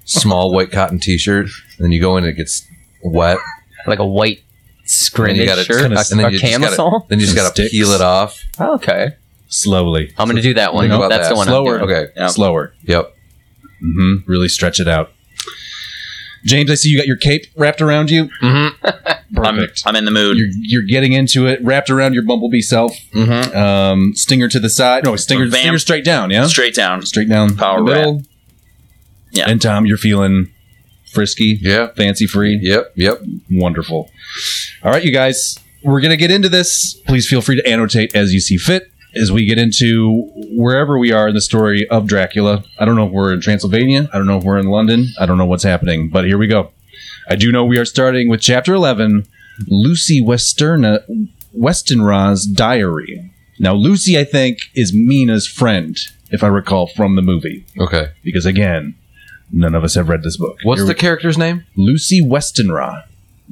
small white cotton T-shirt, and then you go in and it gets wet, Like a white and then you scrimmage got shirt, kinda- a, and then a you just gotta, (laughs) camisole. then you just Some got to sticks. peel it off. okay, Slowly. I'm gonna do that one. Think about That's that. the one. Slower. I'm doing. Okay. Yeah. Slower. Yep. Mm-hmm. Really stretch it out. James, I see you got your cape wrapped around you. I'm, Perfect. I'm in the mood. You're, you're getting into it, wrapped around your bumblebee self. Mm-hmm. Um, stinger to the side. No, stinger, Vamp. stinger straight down, yeah? Straight down. Straight down. Power the middle. Yeah. And Tom, you're feeling frisky, Yeah. fancy free. Yep. Yep. Wonderful. All right, you guys, we're going to get into this. Please feel free to annotate as you see fit as we get into wherever we are in the story of Dracula. I don't know if we're in Transylvania. I don't know if we're in London. I don't know what's happening, but here we go. I do know we are starting with chapter 11 Lucy Westerna, Westenra's Diary. Now, Lucy, I think, is Mina's friend, if I recall from the movie, Okay. because again, none of us have read this book. What's Here the we- character's name? Lucy Westenra?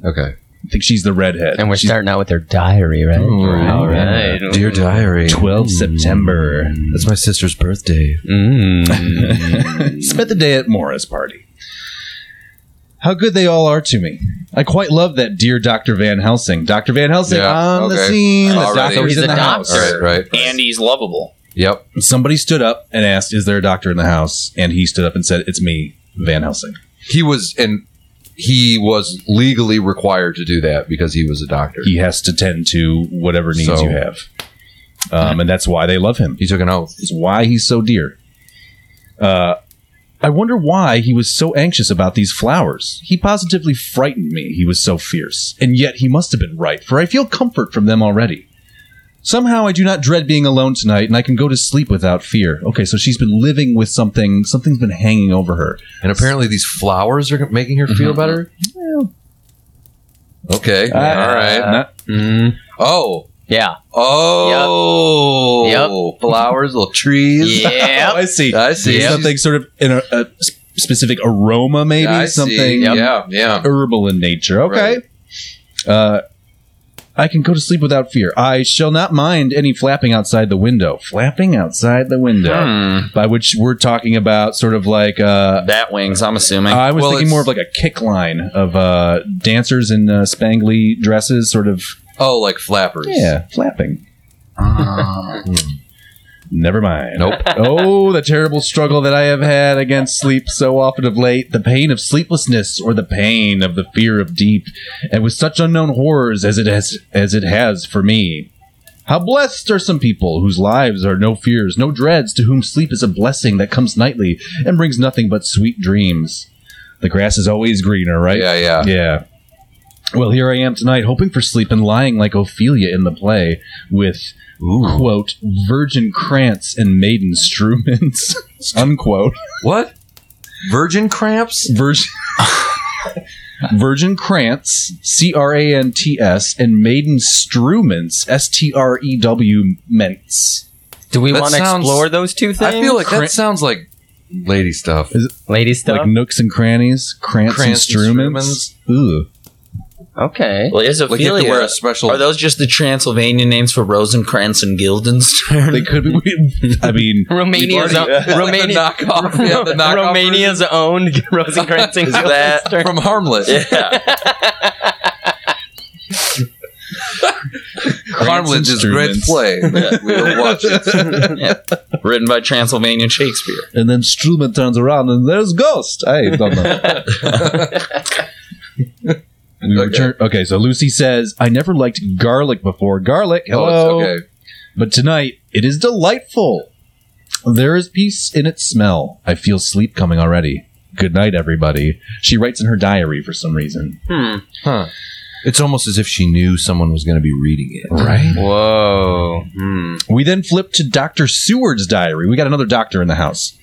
Okay. I think she's the redhead. And we're She's- starting out with their diary, right? All right. Dear diary. 12 September. That's my sister's birthday. Mm. Spent the day at Mora's party. How good they all are to me. I quite love that dear Dr. Van Helsing. Dr. Van Helsing Yeah, on the okay. scene. The Already. doctor is He's in the a house. All right. Right. And he's lovable. Yep. Somebody stood up and asked, Is there a doctor in the house? And he stood up and said, It's me, Van Helsing. He was and he was legally required to do that because he was a doctor. He has to tend to whatever needs So- you have. Um, and that's why they love him. He took an oath. is why he's so dear. Uh, I wonder why he was so anxious about these flowers. He positively frightened me. He was so fierce. And yet he must have been right, for I feel comfort from them already. Somehow I do not dread being alone tonight, and I can go to sleep without fear. Okay, so she's been living with something. Something's been hanging over her. And apparently these flowers are making her Mm-hmm. feel better. Okay. Uh, All right. Not- Mm, oh. yeah. Oh. Yep. Flowers, little trees. oh, Yeah. I see. I see. There's Something sort of in a, a s- specific aroma, maybe (laughs) I see. something. Yeah. Yeah. herbal in nature. Okay. Uh, I can go to sleep without fear. I shall not mind any flapping outside the window. Flapping outside the window, Hmm. by which we're talking about sort of like uh, Bat wings, I'm assuming. I was Well, thinking it's- more of like a kick line of uh, dancers in uh, spangly dresses, sort of Oh, like flappers. yeah, flapping. (laughs) Never mind. Nope. oh, the terrible struggle that I have had against sleep so often of late. The pain of sleeplessness or the pain of the fear of deep, and with such unknown horrors as it has as it has for me. How blessed are some people whose lives are no fears, no dreads, to whom sleep is a blessing that comes nightly and brings nothing but sweet dreams. The grass is always greener, right? Yeah, yeah. Yeah. Well, here I am tonight, hoping for sleep and lying like Ophelia in the play with quote virgin crants and maiden strumens (laughs) unquote What? Virgin cramps? virgin (laughs) virgin crants c r a n t s and maiden strumens s t r e w ments Do we That want to sounds- explore those two I things? feel like Cra- that sounds like lady stuff. lady stuff. like nooks and crannies crants, Crants and and strumens Ooh. (laughs) okay. Well, is Like you have to wear a Ophelia? special. Are those just the Transylvania names for Rosencrantz and Guildenstern? (laughs) they could be i mean Romania's (laughs) We've already- own, Like the Romania, knockoff. Yeah, (laughs) (laughs) the knockoff Romania's own Rosencrantz and Is that version. Guildenstern. from Harmless. yeah. Harmless is a great Instruments. play. that (laughs) We'll watch it. Written by Transylvania Shakespeare. and then Strumen turns around and there's Ghost. I don't know. (laughs) we Okay. return. Okay, so Lucy says, "I never liked garlic before. Garlic, hello, Oh, it's okay. but tonight it is delightful. There is peace in its smell. I feel sleep coming already. Good night, everybody." She writes in her diary for some reason. Hmm. Huh. It's almost as if she knew someone was going to be reading it. Right. Whoa. Hmm. We then flip to Doctor Seward's diary. We got another doctor in the house.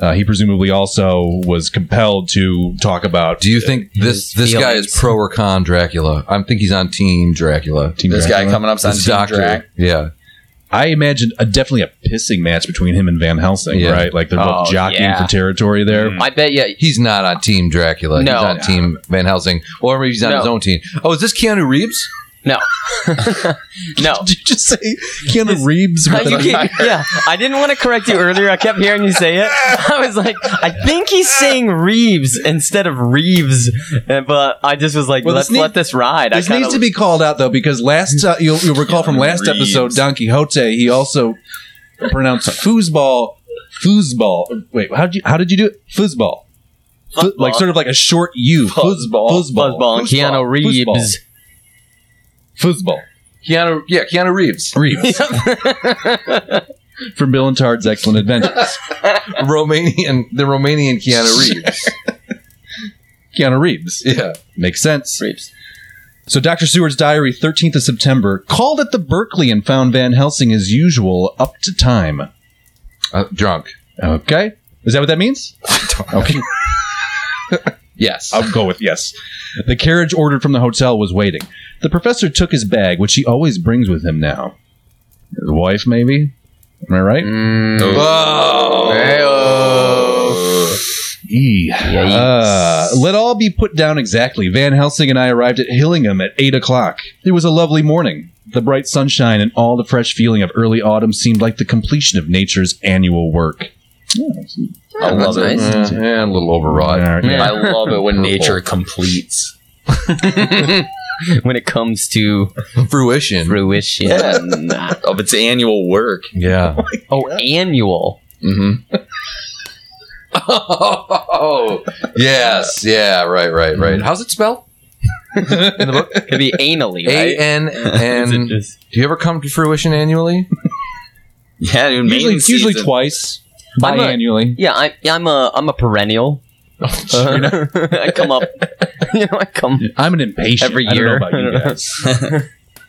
Uh, he presumably also was compelled to talk about Do you think this this guy feelings. is pro or con Dracula? I think he's on Team Dracula. Team This guy Dracula? coming up's on This Team Drac. Yeah. I imagine a, definitely a pissing match between him and Van Helsing, Yeah. right? Like they're both Oh, jockeying yeah. Mm-hmm. for territory there. I bet yeah. He's not on Team Dracula. No. He's on Team Van Helsing. Or maybe he's on No. his own team. Oh, is this Keanu Reeves? No. (laughs) no. (laughs) Did you just say Keanu Reeves? Uh, you can't- yeah, I didn't want to correct you earlier. I kept hearing you say it. I was like, I think he's saying Reeves instead of Reeves, Uh, but I just was like, Well, let's this need- let this ride. I This kinda- needs to be called out though, because last uh, you'll, you'll recall from last Keanu episode, Reeves. Don Quixote, he also pronounced foosball, foosball. Wait, how did you how did you do it? Foosball, Fo- like sort of like a short U. Foosball, foosball, Buzzball and Keanu Reeves. foosball. Keanu, yeah, Keanu Reeves. Reeves (laughs) from Bill and Tard's Excellent Adventures. Romanian, the Romanian Keanu Reeves. Keanu Reeves. Yeah. Makes sense. Reeves. So Dr. Seward's diary, 13th of September, called at the Berkeley and found Van Helsing as usual, up to time. Uh, drunk. Okay. Is that what that (laughs) means? okay. Yes. I'll go with yes. The carriage ordered from the hotel was waiting. The professor took his bag, which he always brings with him now. His wife, maybe? Am I right? Mm, Oh. Eee. Uh, let all be put down exactly. Van Helsing and I arrived at Hillingham at 8 o'clock. It was a lovely morning. The bright sunshine and all the fresh feeling of early autumn seemed like the completion of nature's annual work. I love it. Yeah, yeah, a little overwrought. All right, yeah. I love it when nature completes. (laughs) when it comes to (laughs) Fruition. fruition. (laughs) Of its annual work. yeah. Oh, annual. Mm-hmm. Oh. (laughs) Yes. Yeah. Right. Right. Mm-hmm. Right. How's it spelled? In the book? Could be anally, A right? (laughs) N Is it N. Do just- you ever come to fruition annually? Yeah, dude, usually, mating usually season. twice, I'm a- biannually. yeah, I, I'm a I'm (laughs) a perennial. Oh, Uh-huh. (laughs) I come up. you know, I come. I'm an impatient. Every I don't know year. about (laughs) you guys.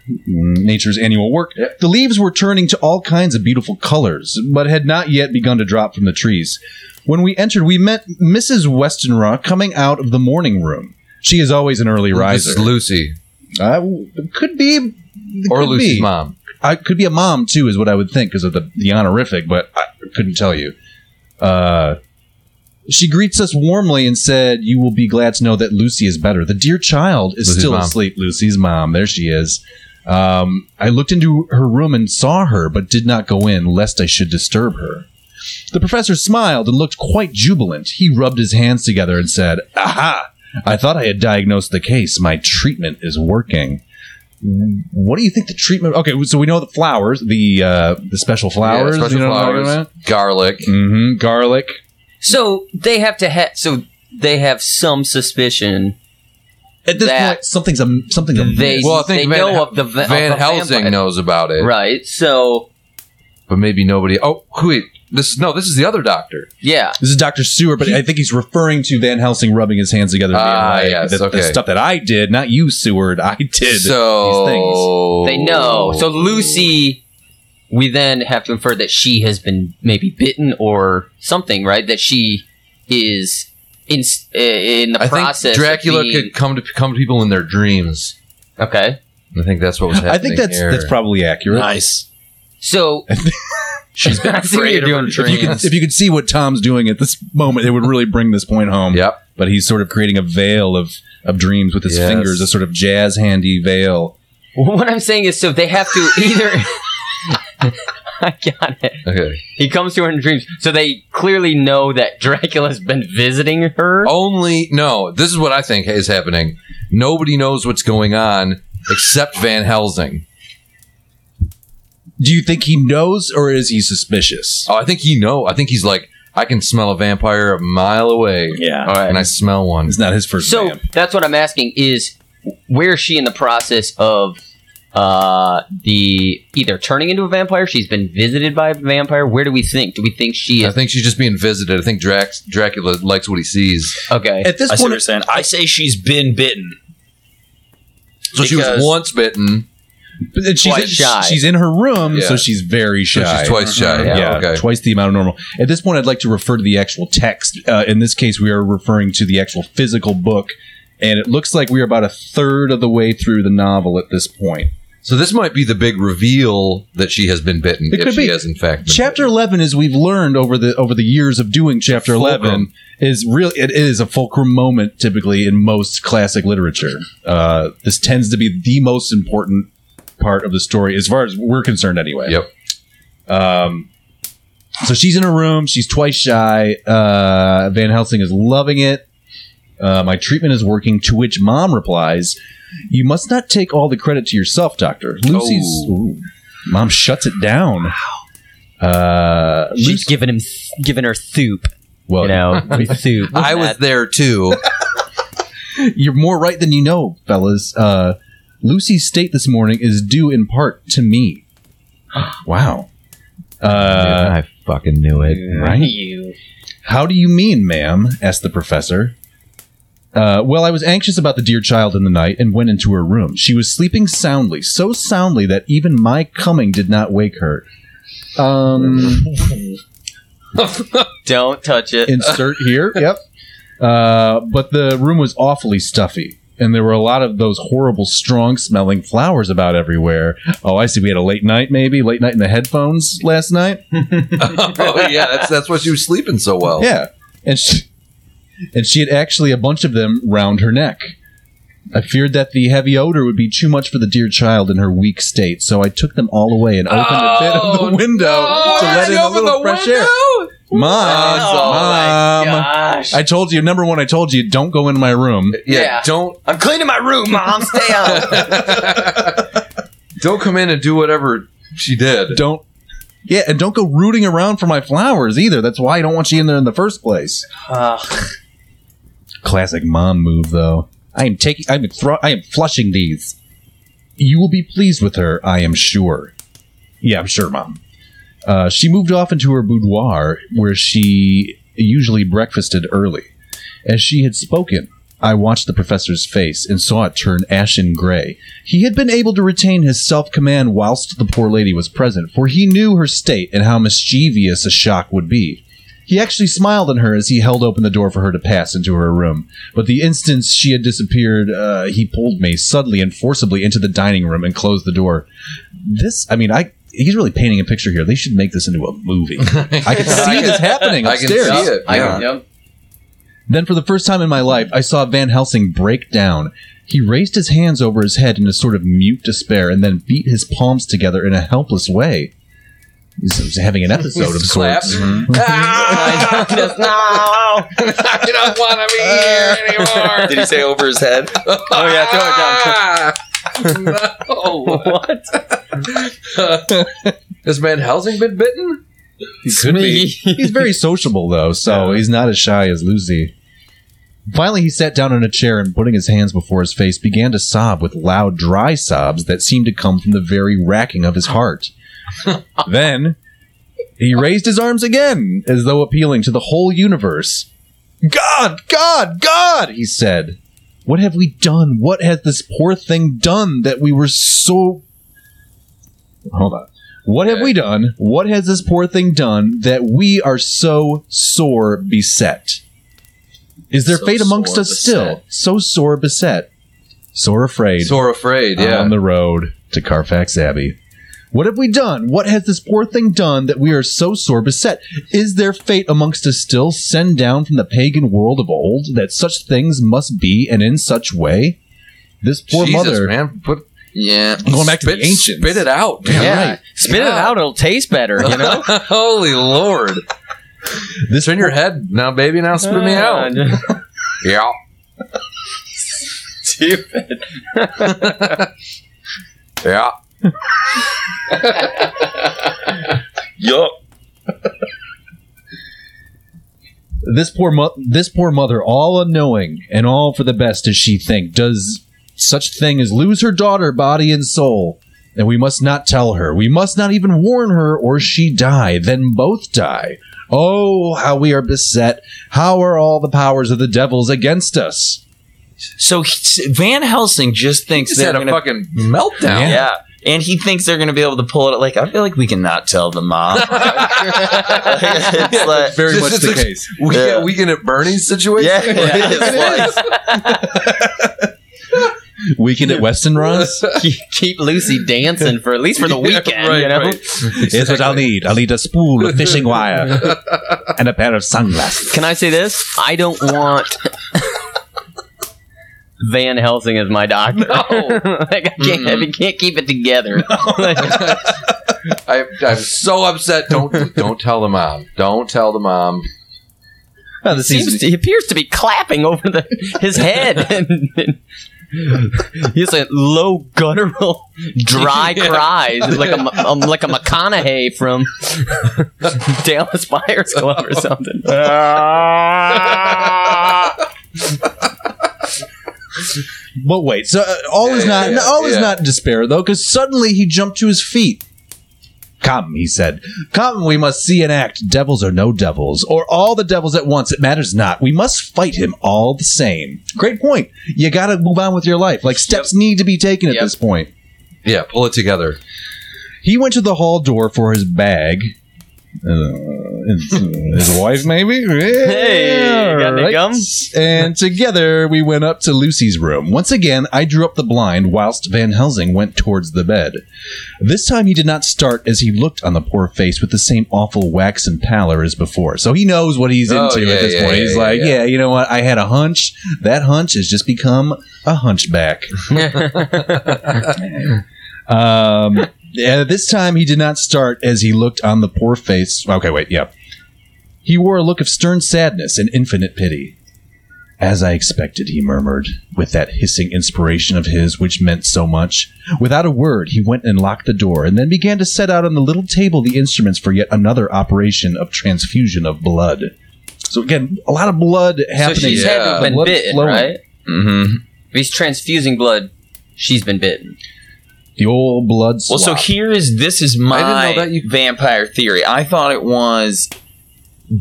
Mm, Nature's annual work. The leaves were turning to all kinds of beautiful colors, but had not yet begun to drop from the trees. When we entered, we met Mrs. Westenra coming out of the morning room. She is always an early This riser. is Lucy Uh, could be, or could Lucy's be. mom. I could be a mom too, is what I would think because of the, the honorific, but I couldn't tell you. Uh, she greets us warmly and said, "You will be glad to know that Lucy is better. The dear child is Lucy's still mom. asleep. Lucy's mom. There she is." Um, I looked into her room and saw her, but did not go in lest I should disturb her. The professor smiled and looked quite jubilant. He rubbed his hands together and said, "Aha! I thought I had diagnosed the case. My treatment is working." What do you think the treatment? Okay, so we know the flowers, the uh, the special flowers, yeah, special you know flowers, garlic. hmm garlic. So they have to have. So they have some suspicion. At this That- point, something's um, a something's a They Well, I think they Van know Hel- of the va- of Van the Helsing vampire. knows about it, right? So but maybe nobody. Oh, wait. This no, this is the other doctor. yeah, This is Dr. Seward, but I think he's referring to Van Helsing rubbing his hands together. to be Ah, like, yes, the, the okay. stuff that I did, not you, Seward. I did so these things. Oh. they know. So Lucy, we then have to infer that she has been maybe bitten or something, right? That she is in in the I process. think of Dracula being- could come to come to people in their dreams. Okay, I think that's what was happening. I think that's here. that's probably accurate. Nice. so She's been (laughs) I see what afraid you're of her if, you could, dreams. if you could see what Tom's doing at this moment, it would really bring this point home. Yep. But he's sort of creating a veil of, of dreams with his Yes. fingers, a sort of jazz handy veil. what I'm saying is, so they have to either. (laughs) I got it. Okay. He comes to her in dreams, so they clearly know that Dracula's been visiting her. Oh, Only no. This is what I think is happening. Nobody knows what's going on except Van Helsing. Do you think he knows or is he suspicious? Oh, I think he know. I think he's like, I can smell a vampire a mile away. Yeah. All right. And I smell one. It's not his first So vamp. that's what I'm asking: is where is she in the process of uh, the either turning into a vampire? She's been visited by a vampire. Where do we think? Do we think she I (laughs) is think she's just being visited. I think Drax, Dracula likes what he sees. okay? At this I see what point, you're saying. I say she's been bitten. So she was Because- once bitten. she's, Quite shy. she's in her room, Yeah. so she's very So shy. Mm-hmm. she's twice shy. Yeah, Yeah. Okay. twice the amount of normal. At this point, I'd like to refer to the actual text. Uh, in this case, we are referring to the actual physical book, and it looks like we are about a third of the way through the novel at this point. So this might be the big reveal that she has been bitten. It if could she be. has in fact. Been Chapter eleven, as we've learned over the over the years of doing chapter Fulcrum. eleven, is really it is a fulcrum moment typically in most classic literature. Uh, this tends to be the most important part of the story, as far as we're concerned, anyway. Um, bitten. Yep. So she's in a room. She's twice shy. Uh, Van Helsing is loving it. Uh, my treatment is working. To which mom replies, "You must not take all the credit to yourself, doctor." Lucy's Oh. Ooh. mom shuts it down. Uh, She's Lucy- giving him giving her soup. well, You know, soup. I (laughs) was (laughs) there too. you're more right than you know, fellas. Uh, Lucy's state this morning is due in part (gasps) to me. Wow. Uh, I fucking knew it. right? How do you mean, ma'am? asked the professor. Uh, well, I was anxious about the dear child in the night and went into her room. She was sleeping soundly, so soundly that even my coming did not wake her. Um, Don't touch it. insert here. (laughs) Yep. Uh, but the room was awfully stuffy, and there were a lot of those horrible, strong-smelling flowers about everywhere. Oh, I see. We had a late night, maybe late night in the headphones last night. oh yeah, that's that's why she was sleeping so well. Yeah, and she, and she had actually a bunch of them round her neck. I feared that the heavy odor would be too much for the dear child in her weak state, so I took them all away and opened a bit of the window Oh, to let in a little fresh air. Mom, Oh, mom, Gosh. Um, I told you, number one, I told you, don't go in my room. Yeah, Yeah. Don't I'm cleaning my room, mom. Stay (laughs) out. don't come in and do whatever (laughs) she did. Don't. Yeah, and don't go rooting around for my flowers either. That's why I don't want you in there in the first place. Ugh. Classic mom move, though. I am taking. I'm thro- I am flushing these. You will be pleased with her, I am sure. Yeah, I'm sure, mom. Uh, she moved off into her boudoir, where she usually breakfasted early. As she had spoken, I watched the professor's face and saw it turn ashen gray. He had been able to retain his self command whilst the poor lady was present, for he knew her state and how mischievous a shock would be. He actually smiled on her as he held open the door for her to pass into her room. But the instant she had disappeared, uh, he pulled me suddenly and forcibly into the dining room and closed the door. This, I mean, I. He's really painting a picture here. They should make this into a (laughs) movie. I can see this happening I can upstairs. see it. I yeah. yep. Then, for the first time in my life, I saw Van Helsing break down. He raised his hands over his head in a sort of mute despair and then beat his palms together in a helpless way. He's he's having an episode of sorts. I don't want to be here anymore. Did he say over his head? Oh yeah, throw it down. Oh, (laughs) What? Has Van Helsing been bitten? He could (laughs) be. He's very sociable though, so he's not as shy as Lucy. Finally, he sat down in a chair and, putting his hands before his face, began to sob with loud, dry sobs that seemed to come from the very racking of his heart. then he raised his arms again, as though appealing to the whole universe. God, God, God, he said. What have we done? What has this poor thing done that we were so. Hold on. What have Okay. we done? What has this poor thing done that we are so sore beset? Is there So fate amongst sore us still? beset. So sore beset. Sore afraid. Sore afraid, yeah. On the road to Carfax Abbey. What have we done? What has this poor thing done that we are so sore beset? Is there fate amongst us still sent down from the pagan world of old that such things must be and in such way? This poor Jesus, mother. man. Put, Yeah. Going back to spit, the ancients. spit it out. Yeah, Yeah. right. Spit it out, it'll taste better, you know? (laughs) Holy Lord. This It's in your head now, baby. Now spit me out. (laughs) Yeah. Stupid. (laughs) Yeah. Yup. this poor mo- this poor mother, all unknowing and all for the best, as she think, does such thing as lose her daughter, body and soul. And we must not tell her. We must not even warn her, or she die. Then both die. Oh, how we are beset! How are all the powers of the devils against us? So he- Van Helsing just thinks He's they're had a gonna, fucking (laughs) meltdown. yeah. and he thinks they're gonna be able to pull it. Like I feel like we cannot tell the mom. it's like, Very This much is the ex- case. (laughs) We Yeah. get weekend at Bernie's situation. yeah, it's (laughs) like, Weekend at Weston Ross. (laughs) keep, keep Lucy dancing for at least for (laughs) the Yeah, weekend, you know? right. Here's what I'll need. I'll need a spool of fishing wire and a pair of sunglasses. Can I say this? I don't want Van Helsing as my doctor. (laughs) like I can't, Mm-mm. we can't keep it together. (laughs) Like, I, I'm so upset. Don't don't tell the mom. Don't tell the mom. Oh, this seems is- to, he appears to be clapping over the, his head. (laughs) and, and he's like low guttural, dry Yeah. cries, It's like a m- um, like a McConaughey from Dallas Buyers Club or something. But wait, so uh, all is Yeah, not yeah, all is yeah. not in despair though, because suddenly he jumped to his feet. Come, he said. Come, we must see and act. Devils are no devils, or all the devils at once. It matters not. We must fight him all the same. Great point. You got to move on with your life. Like steps need to be taken at Yep. this point. Yeah, pull it together. He went to the hall door for his bag. Uh, his, (laughs) his wife, maybe. Hey, got any alright. gum? And together we went up to Lucy's room. Once again, I drew up the blind whilst Van Helsing went towards the bed. This time he did not start as he looked on the poor face with the same awful waxen pallor as before. So he knows what he's Oh, into yeah, at this yeah, point. yeah, he's yeah, like, yeah. yeah. you know what? I had a hunch. That hunch has just become a hunchback. um, yeah, this time he did not start as he looked on the poor face. Okay, wait, yeah. He wore a look of stern sadness and infinite pity. As I expected, he murmured, with that hissing inspiration of his which meant so much. Without a word, he went and locked the door, and then began to set out on the little table the instruments for yet another operation of transfusion of blood. So again, a lot of blood so happening. she's Yeah. had The been blood is bitten, flowing. right? mm-hmm. If he's transfusing blood. She's been bitten. The old blood swap. Well, so here is this is my I didn't know that you- vampire theory. I thought it was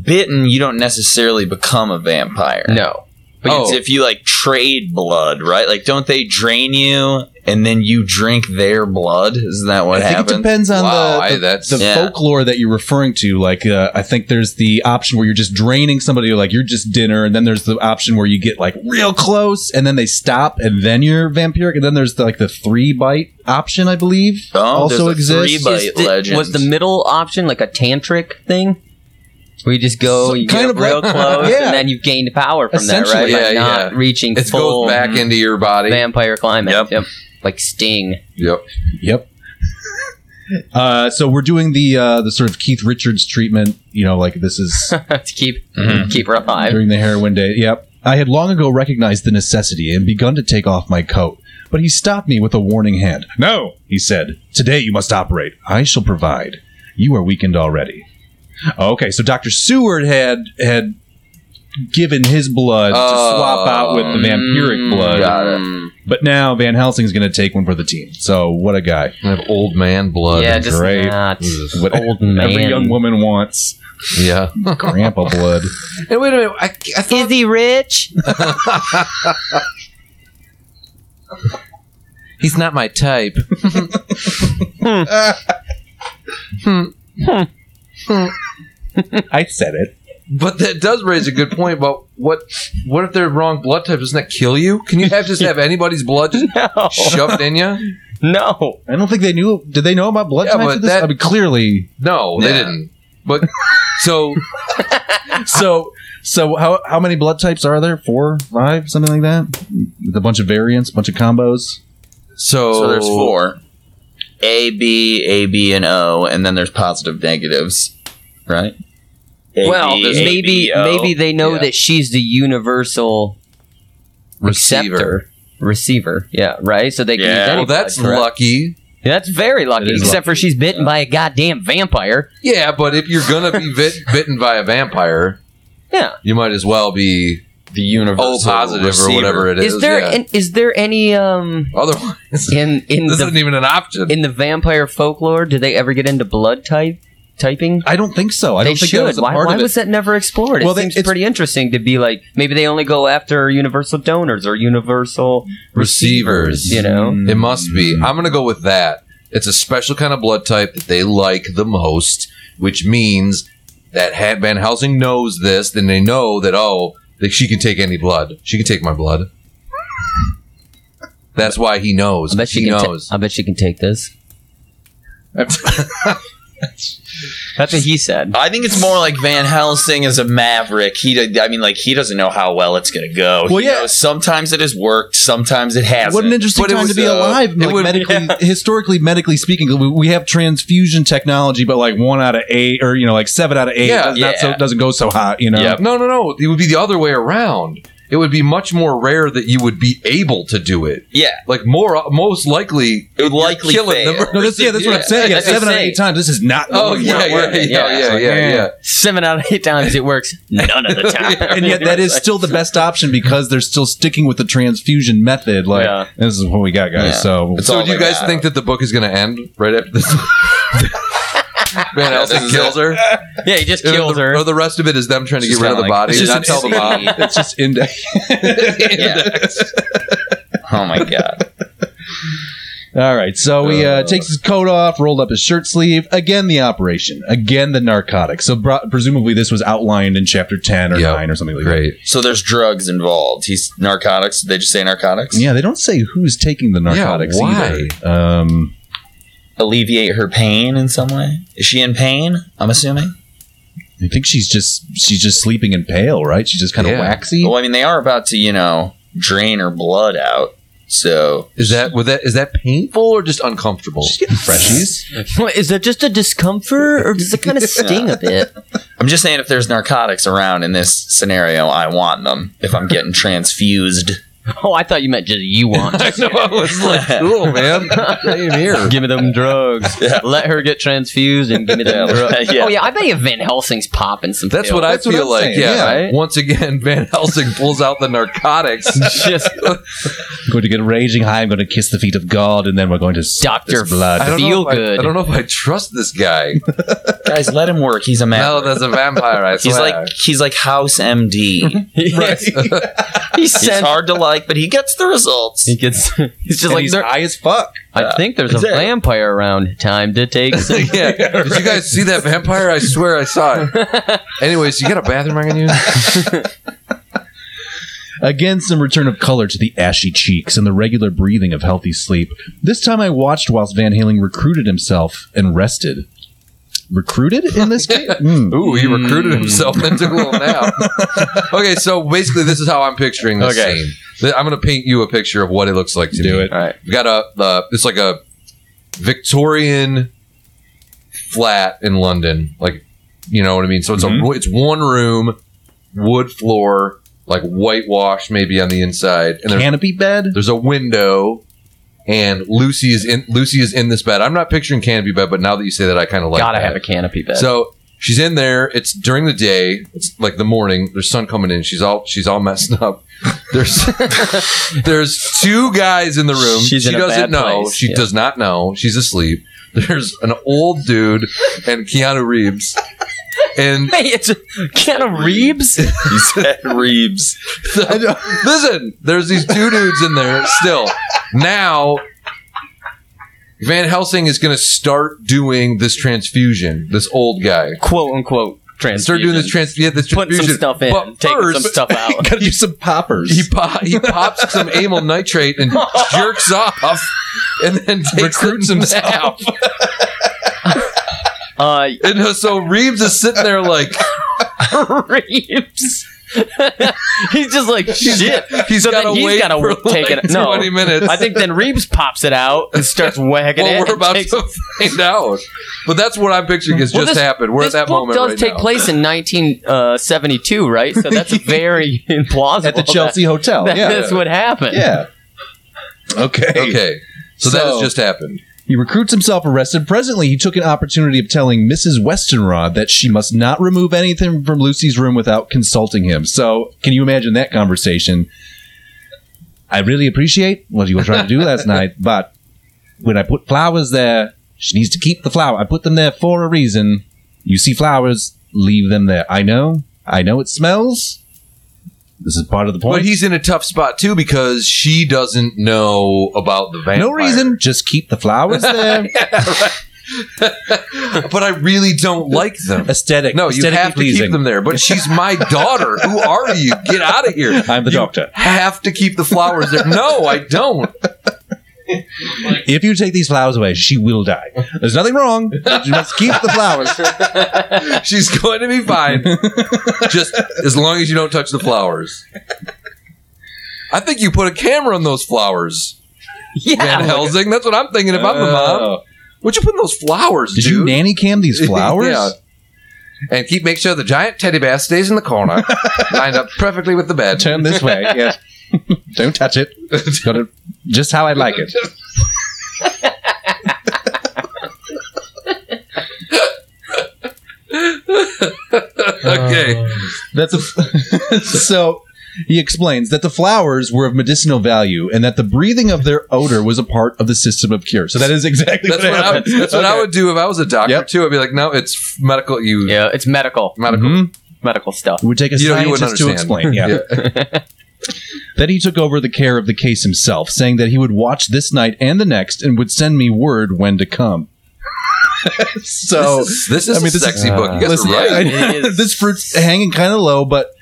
bitten. You don't necessarily become a vampire. No. But it's Oh. if you like trade blood, right? Like, don't they drain you and then you drink their blood? Isn't that what I think it happens? depends on Wow, the, I- the- that's- the Yeah. folklore that you're referring to. Like, uh, I think there's the option where you're just draining somebody, like you're just dinner, and then there's the option where you get like real close, and then they stop, and then you're vampiric, and then there's the, like the three bite option, I believe, Oh, also there's a three exists. bite. Is the- legends. was the middle option like a tantric thing? Where you just go, you kind get of real like- close, yeah. and then you've gained power from that, right? Essentially, By yeah, not yeah. reaching It full goes back into your body. vampire climate. Yep. Like Sting. (laughs) Yep. Yep. (laughs) Uh, so we're doing the uh, the sort of Keith Richards treatment, you know, like this is to keep Mhm. keep her alive. during the heroin day. Yep. I had long ago recognized the necessity and begun to take off my coat But he stopped me with a warning hand. No, he said. Today you must operate. I shall provide. You are weakened already. Okay, so Dr. Seward had had given his blood to swap out with the Mm, vampiric Oh, blood. But now Van Helsing's going to take one for the team. So what a guy. I have old man blood. yeah, just great. not What old man. every young woman wants. yeah. (laughs) Grandpa blood. And wait a minute. I, I thought Is he rich? he's not my type. I said it. But that does raise a good point about what what if they're wrong blood type? Doesn't that kill you? Can you have just have anybody's (laughs) blood just No. shoved in you? No. I don't think they knew. Did they know about blood Yeah, types? but at this- that- I mean, clearly. No, they Yeah. didn't. But so So, so how how many blood types are there? Four, five, something like that. With a bunch of variants, a bunch of combos. so So there's four. A B A B and O, and then there's positive negatives, right? A, Well, B, A, maybe B, O. maybe they know Yeah. that she's the universal receiver. acceptor. Receiver, yeah, right. So they can Yeah. use any Well, that's blood, correct? lucky. That's very lucky. It is Except for she's bitten by a goddamn vampire. Yeah, but if you're gonna be (laughs) bit, bitten by a vampire, Yeah. you might as well be the universe. O positive or whatever it is. Is there yeah. an, is there any um Otherwise, (laughs) in in this the isn't even an option. in the vampire folklore? Do they ever get into blood type typing? I don't think so. I they don't think should. that was a why part why of it. was that never explored? Well, it they- seems it's- pretty interesting to be like maybe they only go after universal donors or universal Receivers. receivers you know. It must be. I'm going to go with that. It's a special kind of blood type that they like the most, which means that had Van Helsing knows this, then they know that, oh, that she can take any blood. She can take my blood. That's why he knows. I bet she he can. ta- knows. I bet she can take this. That's what he said. I think it's more like Van Helsing is a maverick. He, d- I mean, like he doesn't know how well it's gonna go. Well, He yeah. knows sometimes it has worked, sometimes it hasn't. What an interesting But it time was, to be uh, alive. it Like would- medically, yeah. historically, medically speaking, we, we have transfusion technology, but like one out of eight, or you know, like seven out of eight, Yeah, does not yeah. so, doesn't go so hot. You know, Yep. Um, No, no, no. It would be the other way around. It would be much more rare that you would be able to do it. yeah, Like more, most likely, it would likely killing fail. them. no, that's, yeah, that's what I'm saying. Yeah, that's what I'm seven out of saying. eight times. This is not. oh (laughs) going yeah, well. yeah, yeah, yeah, It's yeah, like, yeah, eh. Seven out of eight times it works. (laughs) None of the time. and yet that is still the best option because they're still sticking with the transfusion method. Like Yeah. this is what we got, guys. Yeah. So It's So all do you they guys got. think that the book is going to end right (laughs) after this? Van Yeah, this Helsing is kills it. her. (laughs) yeah, he just kills the, her. Or the rest of it is them trying to She's get rid of the kinda like- body. It's and just not tell (laughs) the mom. Yeah. it's just in. (laughs) Oh my god. (laughs) All right, so he uh, takes his coat off, rolled up his shirt sleeve. Again, the operation. Again, the narcotics. So bro- presumably this was outlined in chapter ten or Yeah. nine or something like Great. So there's drugs involved. He's narcotics. Did they just say narcotics? that. Yeah, they don't say who's taking the narcotics why? either. Um, Alleviate her pain in some way. Is she in pain? I'm assuming. I think she's just she's just sleeping and pale, right? She's just kind of Yeah. waxy. Well, I mean, they are about to, you know, drain her blood out. So Is that would that is that painful or just uncomfortable? She's getting freshies. (laughs) (laughs) What, is that just a discomfort or does it kind of (laughs) sting a bit? I'm just saying, if there's narcotics around in this scenario, I want them. If I'm (laughs) getting transfused, Oh, I thought you meant just you want. I know. I (laughs) was like, (laughs) cool, man. Same here. give me them (laughs) drugs. Let her get transfused and give me them drugs. Yeah. Oh (laughs) yeah, I bet you Van Helsing's popping some. That's what That's I what feel I'm like. saying, Yeah. yeah. Right? Once again, Van Helsing pulls out the narcotics. (laughs) (laughs) just I'm going to get raging high. I'm going to kiss the feet of God, and then we're going to suck Dr. this blood. I don't Feel know if I- good. I, don't know if I trust this guy. guys, let him work. He's a man. Hell, that's a vampire. I he's swear. like he's like House (laughs) MD. (laughs) he he's sent. hard to like, but he gets the results. He gets. (laughs) He's uh, just And like. he's "There- high as fuck. I think there's a Exactly. vampire around. Time to take. Some. (laughs) yeah. Did you guys see that vampire? I swear I saw it. Anyways, you got a bathroom I can use? Again, some return of color to the ashy cheeks and the regular breathing of healthy sleep. This time I watched whilst Van Halen recruited himself and rested. Recruited in this case? Hmm. Ooh, he recruited himself and took a little nap. okay, so basically, this is how I'm picturing this Okay. scene. Th- I'm going to paint you a picture of what it looks like to Do me. it. All right. We've got a, uh, it's like a Victorian flat in London. Like, you know what I mean? So it's a Mhm. ro- it's one room, wood floor, like whitewash maybe on the inside, and there's Canopy bed? there's a window and Lucy is in Lucy is in this bed. I'm not picturing canopy bed, but now that you say that, I kind of like. (laughs) Gotta that. have a canopy bed. So she's in there. It's during the day. It's like the morning. There's sun coming in. She's all she's all messed up. (laughs) There's there's two guys in the room. She's she in a doesn't bad know. place, She yeah. does not know. She's asleep. (laughs) There's an old dude and Keanu Reeves. And (laughs) (laughs) hey, it's Keanu (laughs) Reeves. He said Reeves. listen, there's these two dudes in there still. Now, Van Helsing is going to start doing this transfusion. This old guy. quote unquote trans. Start doing this trans. Yeah, this Putting some transfusion. stuff in, But taking some first- (laughs) stuff out. Gotta do some poppers. He, po- he pops some amyl nitrate and jerks off, and then takes recruits himself. Uh, And so Reeves is sitting there like Reeves. (laughs) he's just like shit. he's So gotta then he's wait gotta for take like it- no. twenty minutes. I think then Reeves pops it out and starts (laughs) whacking well, it. we're and about takes- to find out. But that's what I'm picturing has Well, just this- happened. We're at this that book moment does right take now. place in 1972, right? So that's (laughs) very (laughs) implausible. at the that- Chelsea Hotel. That, yeah. That's what happened. yeah. Okay. Okay, so, that has So- just happened. He recruits himself arrested. Presently, he took an opportunity of telling Mrs. Westenrod that she must not remove anything from Lucy's room without consulting him. So, can you imagine that conversation? I really appreciate what you were trying to do last night, but when I put flowers there, she needs to keep the flower. I put them there for a reason. You see flowers, leave them there. I know. I know it smells. This is part of the point. But he's in a tough spot too because she doesn't know about the vampire. no reason. Just keep the flowers (laughs) there. But I really don't like them. Aesthetic. No, you aesthetically have to pleasing. keep them there. But she's my daughter. Who are you? Get out of here. I'm the You doctor. Have to keep the flowers there. No, I don't. If you take these flowers away, she will die. There's nothing wrong. You must keep the (laughs) flowers. She's going to be fine. Just as long as you don't touch the flowers. I think you put a camera on those flowers, Van (laughs) Yeah. Helsing. That's what I'm thinking if I'm the mom. Oh. What you put in those flowers, Did dude? you nanny cam these flowers? (laughs) Yeah. and keep make sure the giant teddy bear stays in the corner, lined up perfectly with the bed. Turn this (laughs) way. Yes. Don't touch it. Got it just how I like it. Okay. That's a, (laughs) so he explains that the flowers were of medicinal value and that the breathing of their odor was a part of the system of cure. So that is exactly That's what, I would, happened. that's what I Okay. would do if I was a doctor Yep. too. I'd be like, no, it's medical. You Yeah, it's medical, medical. Mhm. medical stuff. It would take a You know, you wouldn't scientist to understand. (laughs) explain. Yeah. then he took over the care of the case himself, saying that he would watch this night and the next and would send me word when to come. (laughs) so (laughs) This is, this is I mean, a this is- uh, sexy book. You guys listen, are right. I- It (laughs) is. this fruit's hanging kind of low, but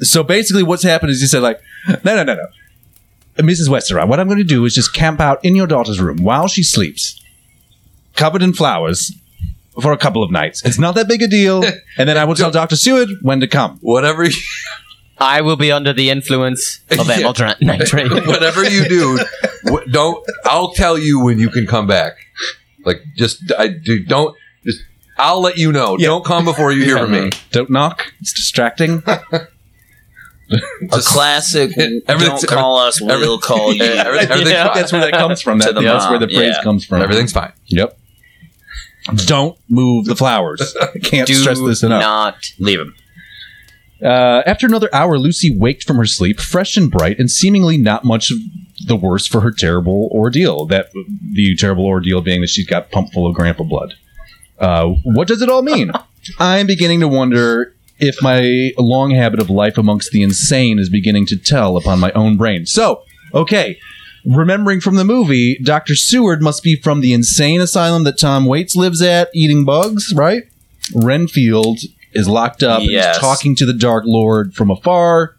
so basically what's happened is he said like, no, no, no, no. Mrs. Westerrod, what I'm going to do is just camp out in your daughter's room while she sleeps, covered in flowers, for a couple of nights. It's not that big a deal. And then I will tell Dr. Seward when to come. Whatever, (laughs) you, I will be under the influence (laughs) of Yeah. amyl dr- nitrate. (laughs) whatever you do, wh- don't. I'll tell you when you can come back. Like, just I do. Don't. Just I'll let you know. Yeah. Don't come before you hear from (laughs) me. (laughs) Don't knock. It's distracting. A classic. (laughs) Everything's- Don't call us. We'll (laughs) call you. Yeah, everything- everything's Yeah. fine. That's where that comes from. To That, the that's mom, where the phrase yeah. comes from. Everything's fine. Yep. Don't move the flowers. I (laughs) can't Do stress this enough. not Leave him. Uh, after another hour, Lucy waked from her sleep, fresh and bright, and seemingly not much the worse for her terrible ordeal. That the terrible ordeal being that she's got pumped full of grandpa blood. Uh, what does it all mean? (laughs) I'm beginning to wonder if my long habit of life amongst the insane is beginning to tell upon my own brain. So, okay. Remembering from the movie, Dr. Seward must be from the insane asylum that Tom Waits lives at, eating bugs, right? Renfield is locked up and Yes. is talking to the Dark Lord from afar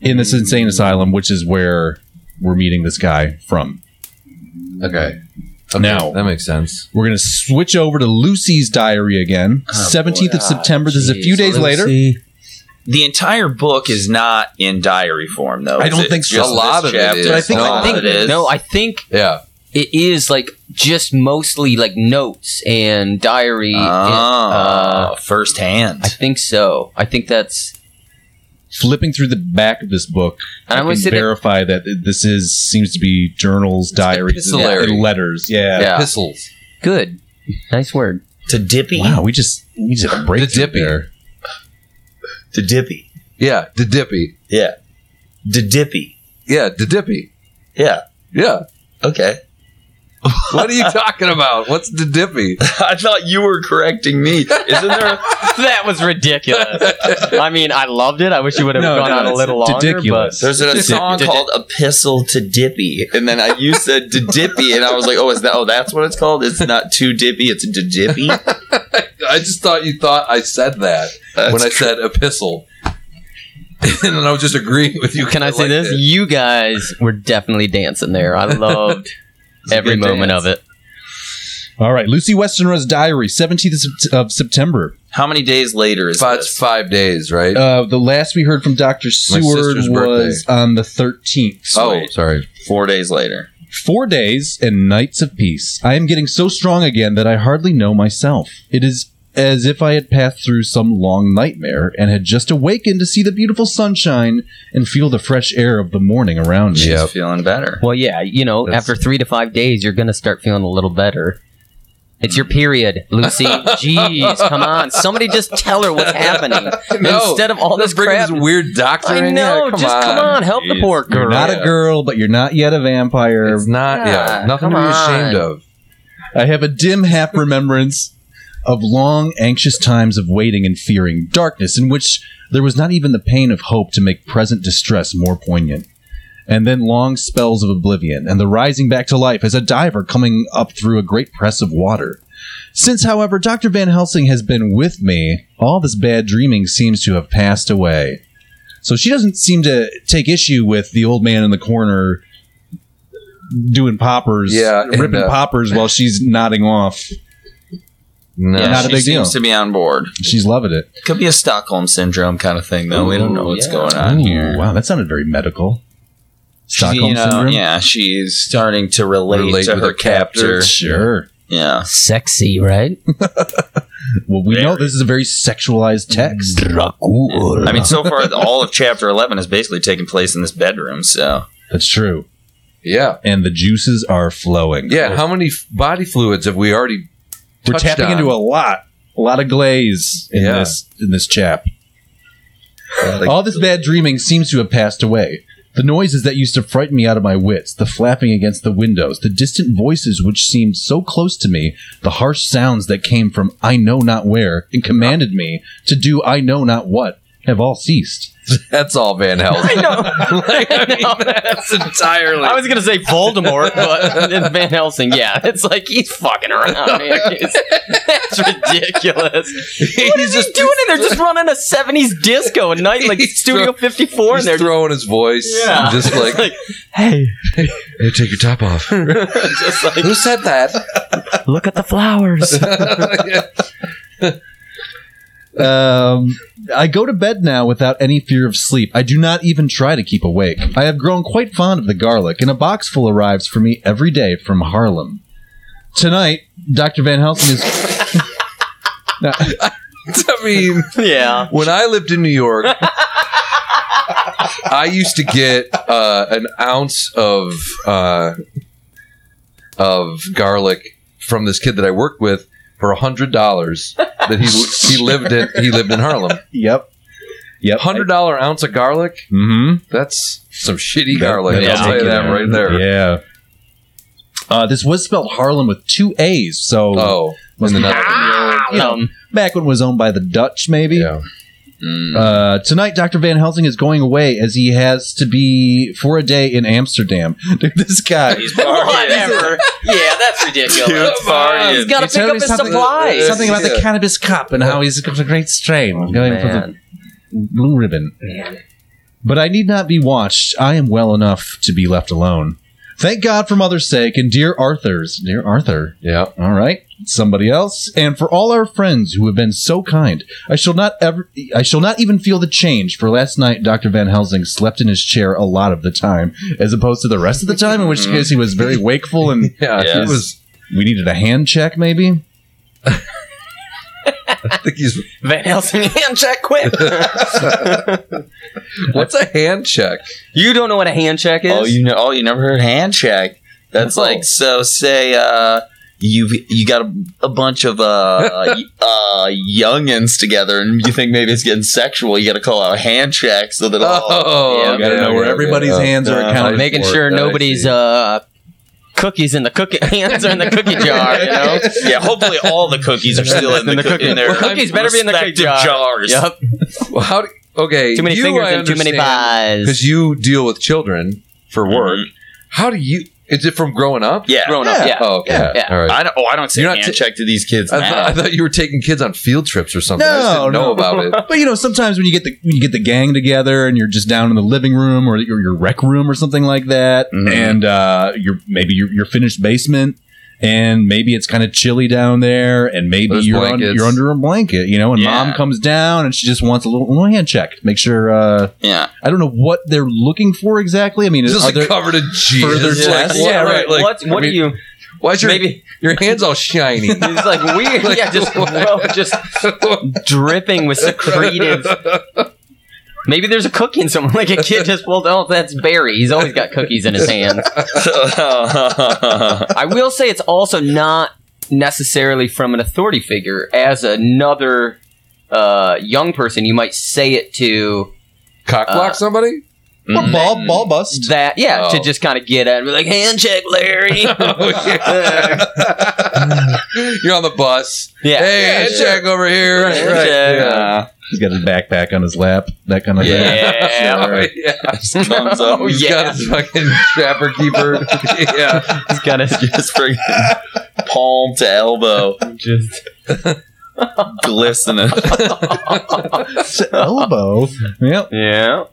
in this insane asylum, which is where we're meeting this guy from. Okay. Now- that makes sense. We're going to switch over to Lucy's diary again. 17th of boy. September. This is a Oh, Ah, Jeez, few days later. The entire book is not in diary form, though. I is don't it? think so. Just A lot this of it chapter? is. But I think- A I lot think- of Oh, it is. No, I think Yeah. it is like just mostly like notes and diary. Oh, and, uh, firsthand. I think so. I think that's flipping through the back of this book, And I, I can always see the- verify that it- this is seems to be journals, diaries, and epistolary. and letters. Yeah. Yeah. Epistles. Good. Nice word. To dippy. Wow, we just we just had a break dippy. there. To dippy. Yeah, the dippy. Yeah. To dippy. Yeah, the dippy. Yeah. Yeah. Okay. What are you talking about? What's the dippy? I thought you were correcting me. Isn't there? (laughs) that was ridiculous. (laughs) I mean, I loved it. I wish you would have No, gone no, on a it's little longer. ridiculous. But There's a song Did- called "Epistle to Dippy," and then I you said "to Dippy," and I was like, "Oh, is that? Oh, that's what it's called. It's not too dippy. It's to dippy." I just thought you thought I said that That's when I said epistle. (laughs) and then I was just agreeing with you. can I say like this? it. You guys were definitely dancing (laughs) there. I loved every good moment dance. of it. All right, Lucy Westenra's diary, seventeenth of September. How many days later is Five, this? five days, Oh, right? Uh, the last we heard from Doctor Seward was sister's birthday. on the thirteenth. oh, sorry. Four days later. Four days and nights of peace. I am getting so strong again that I hardly know myself. It is as if I had passed through some long nightmare and had just awakened to see the beautiful sunshine and feel the fresh air of the morning around me. She's Yep. feeling better. Well, yeah, you know, That's- after three to five days, you're gonna start feeling a little better. It's your period, Lucy. Jeez, come on! Somebody just tell her what's happening No, instead of all this Let's bring crap. this weird doctor I in know. here. Come just on. come on, help the Jeez, poor girl. You're not a girl, but you're not yet a vampire. It's not, yeah, Yeah, nothing to come be ashamed on. of. I have a dim half remembrance of long, anxious times of waiting and fearing, darkness in which there was not even the pain of hope to make present distress more poignant. And then long spells of oblivion, and the rising back to life as a diver coming up through a great press of water. Since, however, Dr. Van Helsing has been with me, all this bad dreaming seems to have passed away. So she doesn't seem to take issue with the old man in the corner doing poppers, Yeah, and, ripping uh, poppers while she's nodding off. No. yeah, not a she big deal. seems to be on board. She's loving it. Could be a Stockholm syndrome kind of thing, though. we don't know what's Ooh, yeah. going on here. Ooh, wow, that sounded very medical. She, Stockholm you know, syndrome. Yeah, she's starting to relate, Relate to with her her captor. captor. Sure. Yeah. Sexy, right? Well, we know this is a very sexualized text. Mm. I mean, so far, all of chapter 11 is basically taking place in this bedroom, so. That's true. Yeah. And the juices are flowing. Yeah. How many f- body fluids have we already We're touched tapping on? into a lot, a lot of glaze in Yeah. this in this chap. Like, All this bad dreaming seems to have passed away. The noises that used to frighten me out of my wits, the flapping against the windows, the distant voices which seemed so close to me, the harsh sounds that came from I know not where and commanded me to do I know not what, have all ceased. That's all Van (laughs) Helsing. that's entirely. I was gonna say Voldemort, but it's Van Helsing. Yeah, it's like he's fucking around. Man. It's- that's ridiculous. What is he's he doing in there? Just running a '70s disco at night, like He's Studio throw- 54, he's and they're throwing his voice. Yeah. Just like, like, hey, hey, take your top (laughs) off. just like Who said that? (laughs) look at the flowers. Um, I go to bed now without any fear of sleep. I do not even try to keep awake. I have grown quite fond of the garlic, and a box full arrives for me every day from Harlem. Tonight, Dr. Van Helsing is. I mean, yeah, when I lived in New York, I used to get uh, an ounce of uh, of garlic from this kid that I worked with for hundred dollars. That he he lived in he lived in Harlem. Yep. Yep. Hundred dollar ounce of garlic. Mm-hmm. That's some shitty That- garlic. that'll I'll tell take you it that out. right there. Yeah. Uh, this was spelled Harlem with two A's, so Oh, must in be the back, you know, back when it was owned by the Dutch, maybe. yeah. mm, Uh, tonight, Dr. Van Helsing is going away as he has to be for a day in Amsterdam. (laughs) Dude, this guy. he's whatever. yeah, that's ridiculous. He's He got to pick told me up his something- supplies. Something about the Yeah. cannabis cup and how he's got a great strain going for Man. the blue ribbon. But I need not be watched. I am well enough to be left alone. Thank God for mother's sake and dear Arthur's. Dear Arthur. Yeah. All right, somebody else, and for all our friends who have been so kind, I shall not ever, I shall not even feel the change. For last night, Doctor Van Helsing slept in his chair a lot of the time, as opposed to the rest of the time, in which case he was very wakeful, and Yeah. Yes. It was we needed a hand check, maybe. I think he's. Van Helsing (laughs) hand check quick. (laughs) What's a hand check? you don't know what a hand check is? Oh, you know, oh, you never heard hand check. That's No. like so. Say uh, you you got a, a bunch of uh, y- uh youngins together, and you think maybe it's getting sexual. You got to call out a hand check so that (laughs) all, Oh, yeah, gotta okay, know where okay, everybody's okay. hands are uh, accounted making for. sure I nobody's see. uh, cookies in the cookie (laughs) hands are in (laughs) the cookie jar. You know? yeah. Hopefully, all the cookies are still in, the, cookie, in their Well, cookies better be in the cookie respective jar. jars. Yep. Well, how do, okay. uh, Too many you, fingers I and too many understand, Because pies. you deal with children for work. How do you. Is it from growing up? Yeah. Growing up, yeah. Oh, okay. Yeah. All right. I don't. Oh, I don't say You're not hand t- check to these kids I, now. thought, I thought you were taking kids on field trips or something. I just No, didn't know no. about (laughs) it. But you know, sometimes when you get the when you get the gang together and you're just down in the living room or your, your rec room or something like that, Mm-hmm. Mhm. and uh, you're maybe your your finished basement, and maybe it's kind of chilly down there, and maybe Those you're on, blankets. you're under a blanket, you know, and Yeah. mom comes down and she just wants a little, little hand check, make sure. Uh, yeah. I don't know what they're looking for exactly. I mean, It's is, just are there, like covered in cheese. further It's like, tests? what- yeah, right. Like, what? What I mean, do you? Why's your (laughs) Maybe your hands all (laughs) shiny? it's like weird. (laughs) yeah, just (laughs) well, just dripping with secretive. Maybe there's a cookie in someone. (laughs) Like a kid just pulled. Oh, that's Barry. He's always got cookies in his hands. I will say it's also not necessarily from an authority figure. As another uh, young person, you might say it to (laughs) Cock block Uh, (laughs) somebody? (laughs) or ball ball bust? that, yeah, Oh. to just kind of get at it and be like, hand check, (laughs) Larry. Oh, yeah. You're on the bus. yeah. Hey, yeah, hand check over here. Hand Right, check. yeah. He's got his backpack on his lap, that kind of Yeah. thing. (laughs) Yeah. Oh, yeah. Thumbs up. (laughs) Oh, He's yeah. got his fucking trapper (laughs) keeper. yeah. (laughs) He's got his Just for palm to elbow, just. (laughs) glistening. (laughs) Elbow. Yep. Yeah.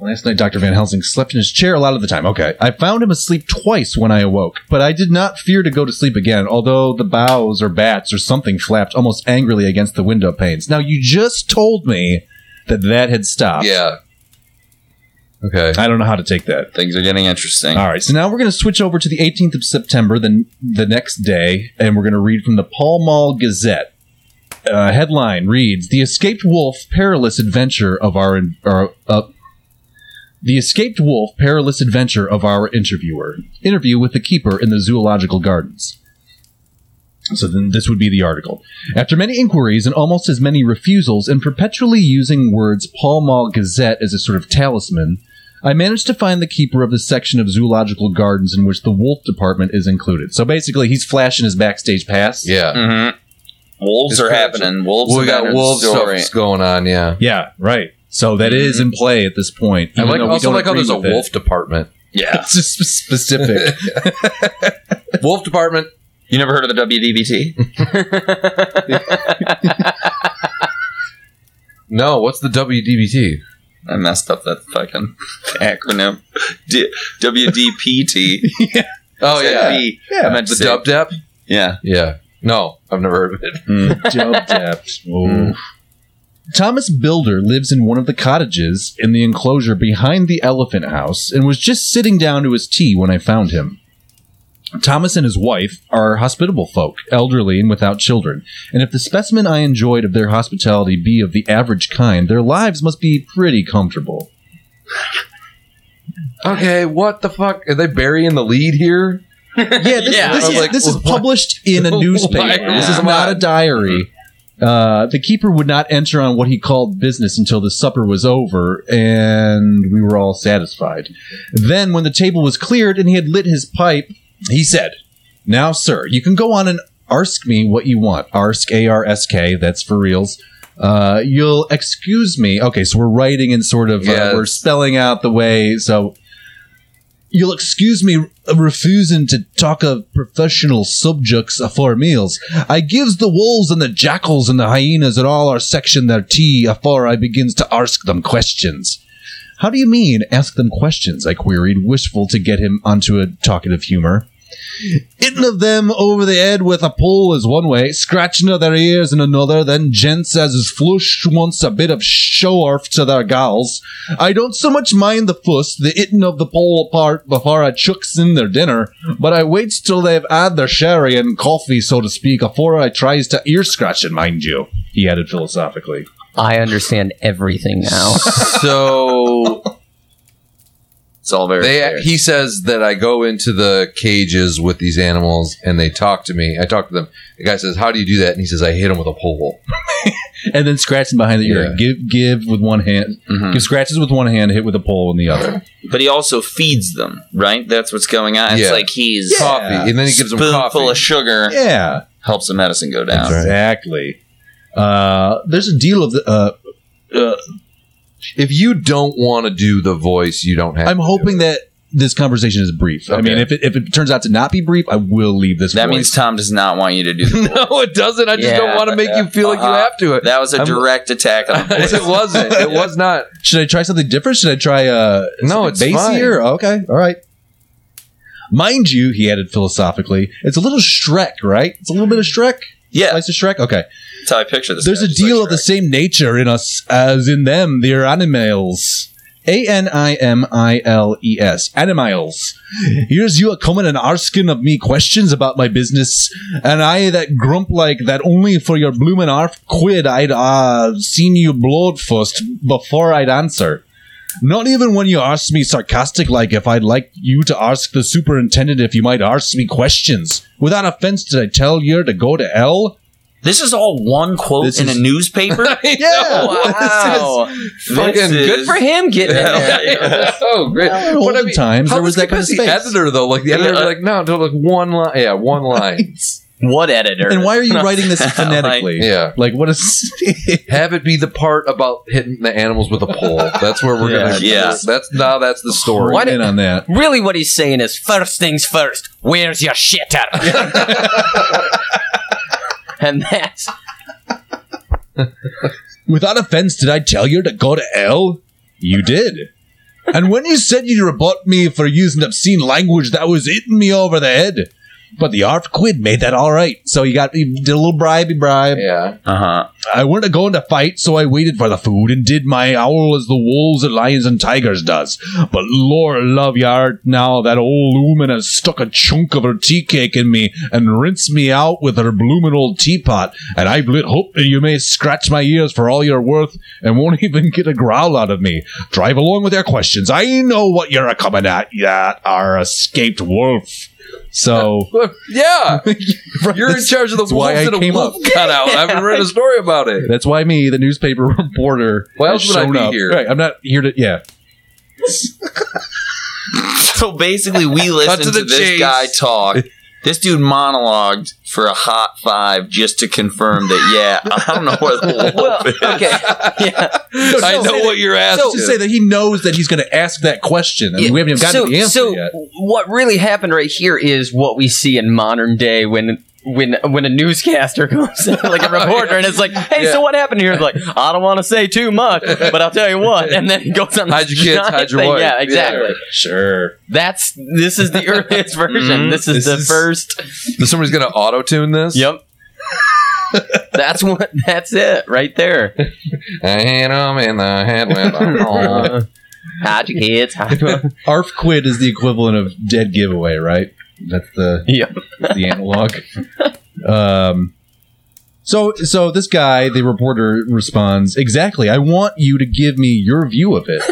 Last night, Dr. Van Helsing slept in his chair a lot of the time. Okay. I found him asleep twice when I awoke, but I did not fear to go to sleep again, although the boughs or bats or something flapped almost angrily against the window panes. Now, you just told me that that had stopped. Yeah. Okay. I don't know how to take that. Things are getting interesting. All right. So now we're going to switch over to the 18th of September, the, the next day, and we're going to read from the Pall Mall Gazette. Uh, headline reads The Escaped Wolf Perilous Adventure of Our. our uh, the Escaped Wolf Perilous Adventure of Our Interviewer. Interview with the Keeper in the Zoological Gardens. So then this would be the article. After many inquiries and almost as many refusals, and perpetually using words Pall Mall Gazette as a sort of talisman, I managed to find the keeper of the section of zoological gardens in which the wolf department is included. So basically, he's flashing his backstage pass. Yeah. hmm Wolves It's are crazy. happening. Wolves. Well, we have got entered wolf the story. (laughs) stuff going on. Yeah. Yeah, right. So that is in play at this point. Mm-hmm. I even like though we also don't like how agree there's a with it. wolf department. (laughs) Yeah. It's just sp- specific. Wolf department. You never heard of the WDBT? No, what's the WDBT? I messed up that fucking acronym. D- WDPT. Oh yeah, B. (laughs) I yeah. meant to the say- dub dep. Yeah. Yeah. No, I've never heard of it. Dub daps. Ooh. Thomas Builder lives in one of the cottages in the enclosure behind the elephant house and was just sitting down to his tea when I found him. Thomas and his wife are hospitable folk, elderly and without children, and if the specimen I enjoyed of their hospitality be of the average kind, their lives must be pretty comfortable. Okay, what the fuck are they burying the lead here? (laughs) Yeah, this, Yeah, this I was is, like, this is what? published in (laughs) a Why? newspaper. This is Come not a on. diary. Uh, the keeper would not enter on what he called business until the supper was over, and we were all satisfied. Then, when the table was cleared and he had lit his pipe, he said, Now, sir, you can go on and ask me what you want. Arsk, A R S K, that's for reals. Uh, you'll excuse me. Okay, so we're writing and sort of, uh, Yes. we're spelling out the way. So You'll excuse me refusing to talk of professional subjects afore meals. I gives the wolves and the jackals and the hyenas and all our section their tea afore I begins to ask them questions. How do you mean, ask them questions? I queried, wishful to get him onto a talkative humor. Hitting of them over the head with a pole is one way, scratching of their ears in another, then Jen says his flush wants a bit of show off to their gals. I don't so much mind the fuss, the hitting of the pole part before I chucks in their dinner, but I waits till they've had their sherry and coffee, so to speak, afore I tries to ear scratch it, mind you, he added philosophically. I understand everything (laughs) (laughs) now. (laughs) So It's all very. they fair. he says that I go into the cages with these animals and they talk to me. I talk to them. The guy says, "How do you do that?" And he says, "I hit him with a pole." And then scratching behind the ear. Yeah. Give give with one hand. Mhm. Give scratches with one hand, hit with a pole in the other. but he also feeds them, right? That's what's going on. Yeah. It's like he's Coffee, and then he gives him spoonful coffee. of sugar Yeah. helps the medicine go down. Exactly. Uh, there's a deal of the. Uh, if you don't want to do the voice, you don't have. I'm to do hoping (laughs) it. that this conversation is brief. I Okay. mean, if it, if it turns out to not be brief, I will leave this. That voice. means Tom does not want you to do that. (laughs) no, it doesn't. I just Yeah, don't want to make you feel like you uh-huh. have to. It That was a I'm- direct attack (laughs) on the boys. it (laughs) wasn't. It was not. should I try something different? Should I try uh something No, it's fine. basier? Okay, all right. Mind you, he added philosophically, it's a little Shrek, right? It's a little bit of Shrek, yeah, slice of Shrek. Okay, that's how I picture this. There's guy, a just like deal of the Shrek. same nature in us as in them, they are animals. A N I M I L E S. Animals. Here's you a coming and asking of me questions about my business, and I that grump like that only for your bloomin' arf quid I'd uh, seen you blowed first before I'd answer. Not even when you asked me sarcastic like if I'd like you to ask the superintendent if you might ask me questions. Without offense, did I tell you to go to hell? This is all one quote This in is- a newspaper. Yeah. (laughs) wow. Fucking Good for him getting in there. (laughs) so Oh, great. Well, What all the times how there was that kind of because space. the editor though, like the editor, Yeah. like no, no, like one line. Yeah, one line. (laughs) What editor? And why are you writing (laughs) this phonetically? yeah, Like (laughs) what is? have it be the part about hitting the animals with a pole. That's where we're Yeah. (laughs) gonna. Yeah. that's now that's the story. Why Why in did- on that? (laughs) Really, what he's saying is first things first, where's your (laughs) shitter? (laughs) and that's. Without offense, did I tell you to go to hell? You did. And when you said you rebut me for using obscene language, that was hitting me over the head. But the ARF quid made that all right. So you got you did a little bribey bribe. Yeah, Uh huh. I weren't going to fight, so I waited for the food and did my owl as the wolves and lions and tigers does. But Lord love your heart now, that old woman has stuck a chunk of her tea cake in me and rinsed me out with her bloomin' old teapot, and I've lit hope that you may scratch my ears for all you're worth and won't (laughs) even get a growl out of me. Drive along with your questions. I know what you're a comin' at, you are escaped wolf. So yeah. (laughs) You're in charge of the That's why wolves I and a came wolf (laughs) cutout. I've been reading a story about it. That's why me, the newspaper (laughs) reporter. Why has else would I shown be up. here? Right, I'm not here to. Yeah, So basically, (laughs) we listened to to, the this chase. guy talk. This dude monologued for a hot five just to confirm that, yeah, (laughs) I don't know where the Well, okay. (laughs) Yeah. (laughs) I know what you're so, asking. just say that he knows that he's going to ask that question, and we haven't even gotten so, to the answer so yet. what really happened right here is what we see in modern day when when when a newscaster (laughs) comes in, like a reporter, and it's like, hey, Yeah. so what happened here? It's like, I don't want to say too much, but I'll tell you (laughs) what. And then he goes on. Hide this your kids, giant hide your thing. wife. Yeah, exactly. Yeah. Sure. That's this is (laughs) the earliest version. Mhm. This Mm-hmm. This is the is- first. somebody's gonna auto tune this. Yep. that's what. That's it right there. I hit him in the head with (laughs) a pole. Uh, hide your kids. Hide your Arf quid is the equivalent of dead giveaway, right? That's the Yeah. that's the (laughs) analog. um. So, so this guy, the reporter, responds exactly. I want you to give me your view of it.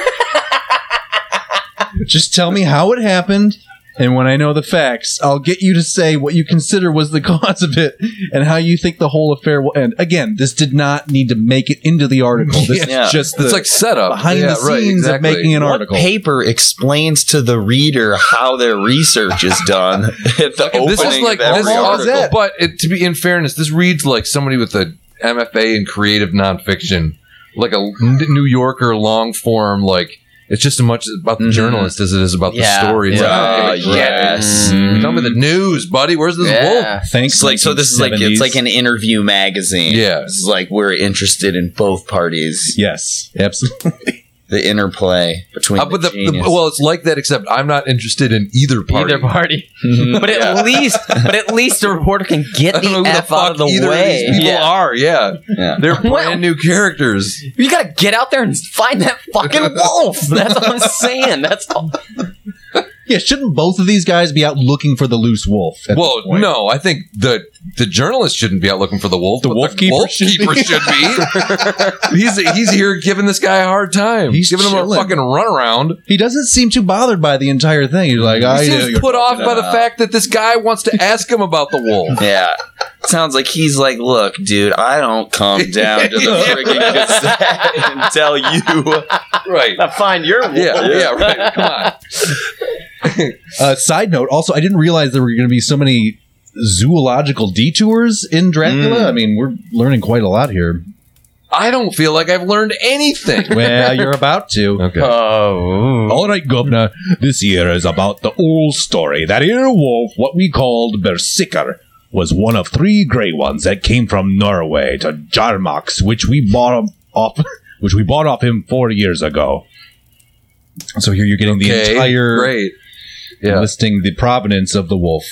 Just tell me how it happened, and when I know the facts, I'll get you to say what you consider was the (laughs) cause of it and how you think the whole affair will end. Again, this did not need to make it into the article. (laughs) This Yeah. is just the It's like setup behind Yeah, the right, scenes exactly. of making an What article. paper explains to the reader how their research is done. (laughs) at the this is opening like of every this is article. all, but it, to be in fairness, this reads like somebody with a MFA in creative nonfiction, like a N- New Yorker long form. Like it's just as much about the Mhm. journalist as it is about Yeah. the story. It's like, Uh, I don't give a shit. yes. Tell me the news, buddy. Where's (laughs) this wolf? Thanks. It's like so. This is like it's 1970s. like an interview magazine. Yeah. This is like we're interested in both parties. yes, absolutely. the interplay between. Uh, but the, the, genius. well, it's like that, except I'm not interested in either party. Either party. Mhm. But at least, but at least the reporter can (laughs) get I don't know the who the f out fuck of the either of way. these people Yeah. are. Yeah, Yeah. (laughs) they're Well- brand new characters. You gotta get out there and find that fucking wolf. That's what I'm saying. That's (laughs) all. Yeah, shouldn't both of these guys be out looking for the loose wolf? at Well, this point? no, I think the the journalist shouldn't be out looking for the wolf. The but wolf keeper should be. keeper should (laughs) be. he's he's here giving this guy a hard time. He's giving him a chilling. fucking runaround. he doesn't seem too bothered by the entire thing. He's like, I He know seems you're put off by the about. fact that this guy wants to ask him about the (laughs) wolf. Yeah. Sounds like he's like, look, dude, I don't come down to the (laughs) Yeah. friggin' cassette and tell you. right? find your wolf. Yeah, yeah, right. Come on. Uh, side note, also, I didn't realize there were going to be so many zoological detours in Dracula. Mm. I mean, we're learning quite a lot here. I don't feel like I've learned anything. Well, you're about to. Okay. Oh. All right, Governor, this year is about the old story. That ear wolf, what we called Bersicker, was one of three gray ones that came from Norway to Jarmax, which we bought him off, (laughs) which we bought off him four years ago. So here you're getting (laughs) the Okay, entire great. Yeah. listing the provenance of the wolf.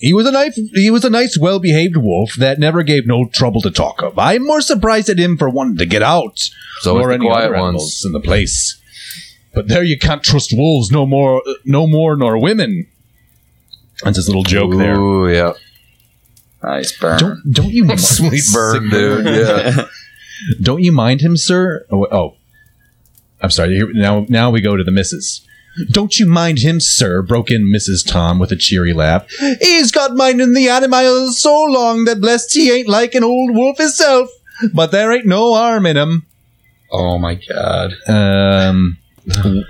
He was a nice, he was a nice, well-behaved wolf that never gave no trouble to talk of. I'm more surprised at him for wanting to get out So nor it's the any quiet other ones. animals in the place. But there, you can't trust wolves no more, no more nor women. That's his little joke there. (laughs) Ooh, yeah. Nice burn. Don't don't (laughs) you Sweet burn, dude. Yeah. Don't you mind him, sir? Oh, oh. I'm sorry. Here- Now, now we go to the missus. Don't you mind him, sir? broke in Mrs. Tom with a cheery laugh. He's got minding the animals so long that blessed he ain't like an old wolf hisself. But there ain't no harm in him. oh my god. Um,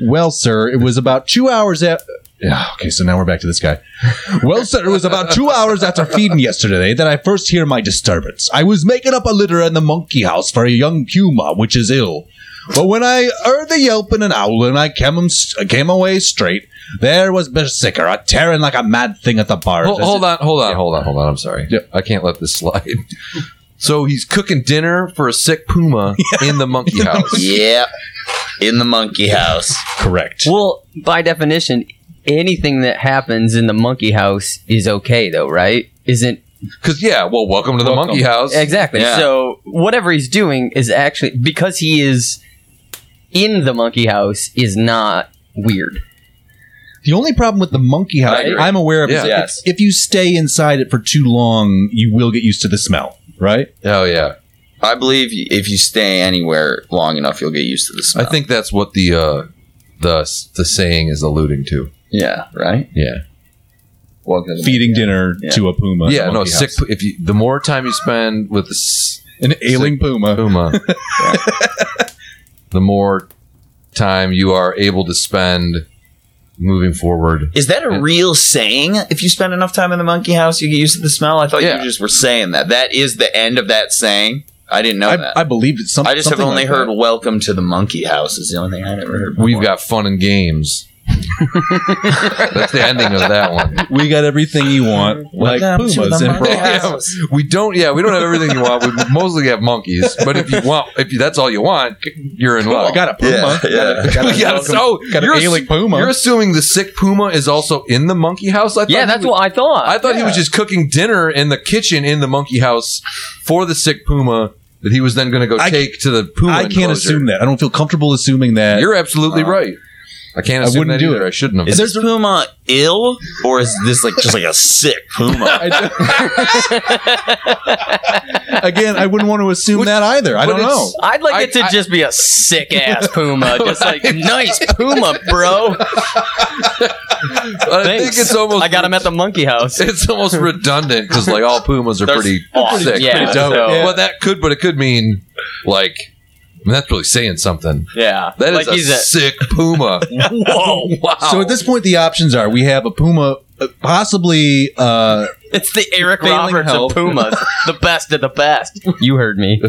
well, sir, it was about two hours after. Okay, so now we're back to this guy. Well, sir, it was about two hours after feeding yesterday that I first hear my disturbance. I was making up a litter in the monkey house for a young puma, which is ill. But when I heard the yelping and howling, I came, came away straight. There was Bersicker, a tearing like a mad thing at the bar. Hold, hold on, hold on, hold on, hold on. I'm sorry. I can't let this slide. (laughs) So he's cooking dinner for a sick (laughs) puma in the monkey house. Yeah. In the monkey house. Correct. Well, by definition, anything that happens in the monkey house is okay, though, right? Isn't Because, yeah, well, welcome to the Welcome. monkey house. Exactly. Yeah. So whatever he's doing is actually because he is in the monkey house is not weird. The only problem with the monkey house I agree. I'm aware of Yeah. is Yes. if you stay inside it for too long, you will get used to the smell, right? Oh, yeah. I believe if you stay anywhere long enough, you'll get used to the I smell. think that's what the, uh, the, the saying is alluding to. yeah. Right. Yeah. Welcome. to the feeding monkey dinner Yeah. to a puma. yeah, A no, monkey sick. house. pu- If you, the more time you spend with the s- an ailing puma. (laughs) puma, the more time you are able to spend moving forward. house. Is that a Yeah. real saying? If you spend enough time in the monkey house, you get used to the smell. I thought Yeah. you just were saying that. That is the end of that saying. I didn't know that. I, I believe it's something. I just have only heard "Welcome to the Monkey House" is the only thing I have ever heard. We've got fun and (laughs) games. That's the ending of that one. we got everything you want, like pumas and bras. house. We don't. Yeah, we don't have everything you want. We mostly have monkeys. But if you want, if you, that's all you want, you're in I luck. got a puma. Yeah, yeah. (laughs) Got a, Yeah, got a, so got an you're, ailing ass- puma. you're assuming the sick puma is also in the monkey house. I thought Yeah, he that's was- what I thought. I thought he was just cooking dinner in the kitchen in the monkey house for the sick puma that he was then going to go I- take to the puma. I can't enclosure. assume that. I don't feel comfortable assuming that. You're absolutely Uh, right. I can't I assume wouldn't that do either. it. I shouldn't have. Is this puma ill, or is this like just like a sick puma? I don't- (laughs) Again, I wouldn't want to assume Which- that either. I but don't it's- know. I'd like I- it to I- just be a sick (laughs) ass puma, just like nice puma, bro. I think Thanks. it's almost. I got him at the monkey house. (laughs) It's almost redundant because like all pumas are They're pretty awesome. sick. Yeah, pretty so- Well, that could, but it could mean like I mean, that's really saying something. Yeah, That is like a he's a sick puma. whoa. wow. So at this point, the options are: we have a puma, uh, possibly uh, It's the Eric Failing Roberts health. (laughs) of pumas, the best of the best. You heard me.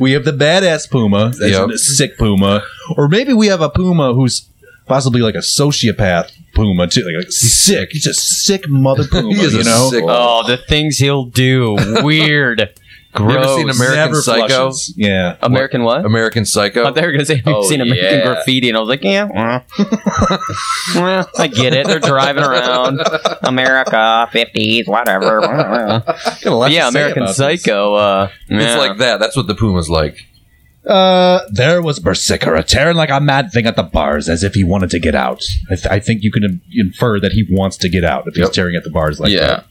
We have the badass puma, that's Yep. a sick puma, or maybe we have a puma who's possibly like a sociopath Puma too. Like, like, sick. He's a sick (laughs) mother Puma. He is you a know? sick- Oh, the things he'll do. Weird. You Gross. ever seen American Never Psycho? flushes. Yeah. American what? American Psycho. I thought you were gonna say have you Oh, seen American yeah. graffiti, and I was like, yeah, well. Well, (laughs) I get it. They're driving around America, fifties, (laughs) whatever. Got a lot But to yeah, say American about Psycho. Uh, this. yeah. It's like that. That's what the Puma's like. Uh, there was Bersicara tearing like a mad thing at the bars as if he wanted to get out. I, th- I think you can im- infer that he wants to get out if he's Yep. tearing at the bars like that. yeah.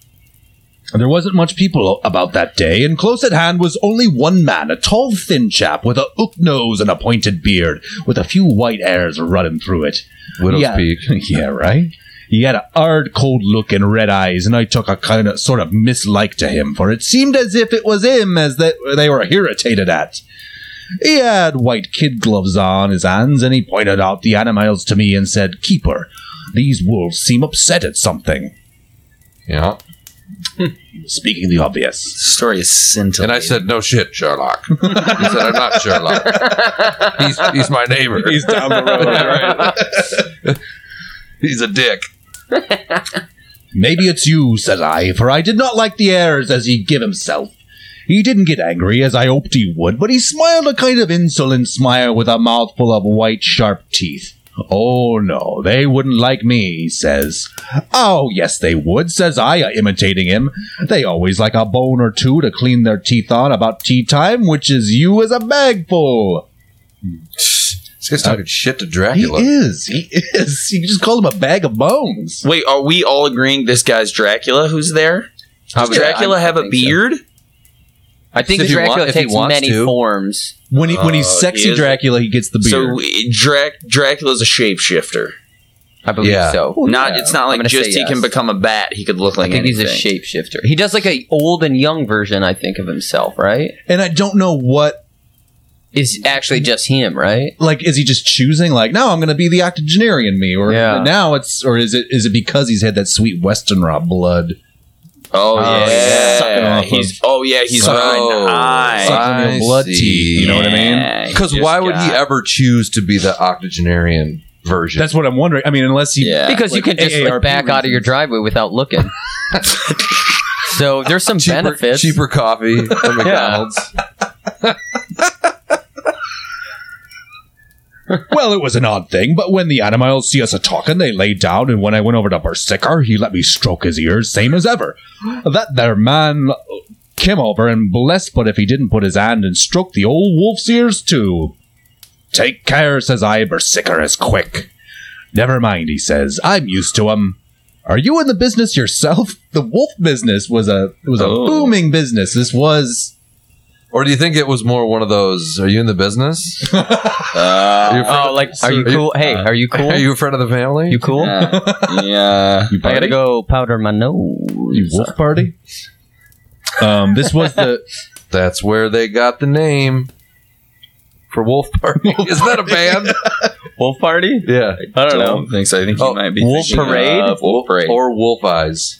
There wasn't much people about that day, and close at hand was only one man, a tall, thin chap with a hook nose and a pointed beard, with a few white hairs running through it. Widow's Yeah. Peak. (laughs) yeah, right? He had a hard, cold look and red eyes, and I took a kind of sort of mislike to him, for it seemed as if it was him as that they were irritated at. He had white kid gloves on his hands, and he pointed out the animals to me and said, Keeper, these wolves seem upset at something. Yeah. Speaking the obvious. Story is scintillating. And I said, no shit, Sherlock. he said, I'm not Sherlock. He's, he's my neighbor. He's down the road. (laughs) he's a dick. Maybe it's you, said I, for I did not like the airs as he give himself. He didn't get angry as I hoped he would, but he smiled a kind of insolent smile with a mouthful of white, sharp teeth. Oh no, they wouldn't like me, he says. Oh yes, they would, says I, imitating him. They always like a bone or two to clean their teeth on about tea time, which is you as a bagful. This guy's talking shit to He Dracula. is, he is. (laughs) You just called him a bag of bones. Wait, are we all agreeing this guy's Dracula who's there? Does Dracula have a beard? I think If he Dracula want- if he takes wants many to. forms. When he when he's Uh, sexy he is- Dracula, he gets the beard. So Drac- Dracula's a shapeshifter. I believe Yeah. so. Not (laughs) it's not I'm like gonna just say he can yes. become a bat, he could look I like think he's a anything. shapeshifter. He does like a old and young version, I think, of himself. Right? and I don't know what Is actually just him, right? like is he just choosing like no I'm gonna be the octogenarian me or Yeah. now it's or is it is it because he's had that sweet Western Raw blood Oh, yeah. Sucking yeah. off He's, oh yeah, he's on Oh, high. Sucking on your blood see. teeth, you know what I mean? Yeah, he Because just why would he got- ever choose to be the octogenarian version? that's what I'm wondering I mean unless he Yeah. Because you like can just like AARP back out of your driveway without looking. (laughs) so there's some cheaper, benefits. cheaper coffee from McDonald's. well it was an odd thing but when the animals see us a talking they lay down and when I went over to Bersicker he let me stroke his ears same as ever that there man came over and blessed but if he didn't put his hand and stroke the old wolf's ears too take care says I Bersicker is quick Never mind, he says. I'm used to 'em. Are you in the business yourself? (laughs) The wolf business was a it was a Oh. booming business. This was Or do you think it was more one of those? Are you in the business? (laughs) Uh, You're Oh, like, are you Are you- cool? hey, are you (laughs) cool? Are you a friend of the family? You cool? yeah. (laughs) yeah. I gotta go powder my nose. wolf party. Um, this was the That's where they got the name for Wolf Party. Is that a band? Wolf party? yeah. I don't know. Don't think so. I think he Oh, might be Wolf thinking Parade? of Wolf Parade. Or Wolf Eyes.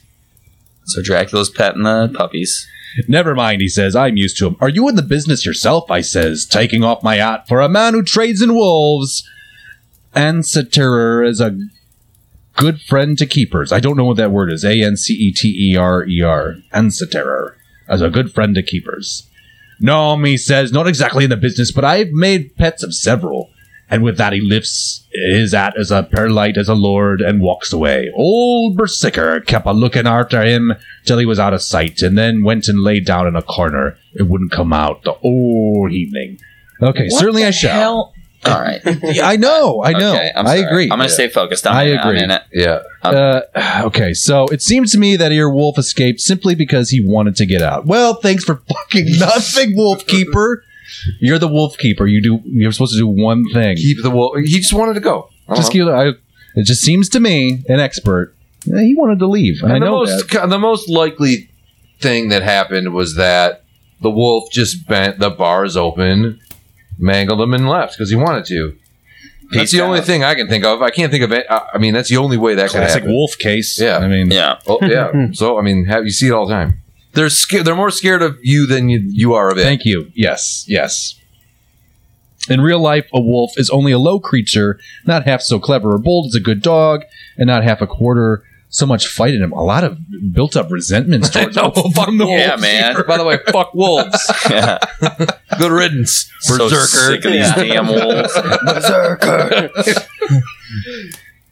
so Dracula's petting the puppies. never mind. He says I'm used to 'em. Are you in the business yourself? I says, taking off my hat for a man who trades in wolves. Anceterer is a good friend to keepers. I don't know what that word is. A N C E T E R E R. Anceterer. As a good friend to keepers. No, he says, not exactly in the business, but I've made pets of several. And with that, he lifts his hat as a perlite as a lord and walks away. Old Bersicker kept a looking after him till he was out of sight, and then went and laid down in a corner. It wouldn't come out the whole evening. Okay, certainly I shall. Hell, All (laughs) right. Yeah, I know, I know, Okay, I'm I sorry. agree. I'm gonna stay focused. I'm I in it, I'm agree. in it. Yeah. Uh, okay, so it seems to me that Earwolf escaped simply because he wanted to get out. Well, thanks for fucking (laughs) nothing, Wolf Keeper. You're the Wolf Keeper. You do. You're supposed to do one thing. Keep the wolf. He just wanted to go. I don't Just Uh-huh. know. keep. I, it just seems to me, an expert. eh, He wanted to leave. and I And the know that. most the most likely thing that happened was that the wolf just bent the bars open, mangled him, and left because he wanted to. Peace that's the only out. thing I can think of. I can't think of it. I I mean, that's the only way that could classic happen. wolf case. Yeah. I mean, Yeah. Oh, (laughs) yeah. so I mean, have, you see it all the time. They're scared. They're more scared of you than you, you are of it. thank you. Yes, yes. In real life, a wolf is only a low creature, not half so clever or bold as a good dog, and not half a quarter so much fight in him. A lot of built up (laughs) resentments towards No, (laughs) fuck wolves. Oh, Yeah, man. (laughs) By the way, fuck wolves. Yeah. Good riddance, So sick of these damn (laughs) wolves.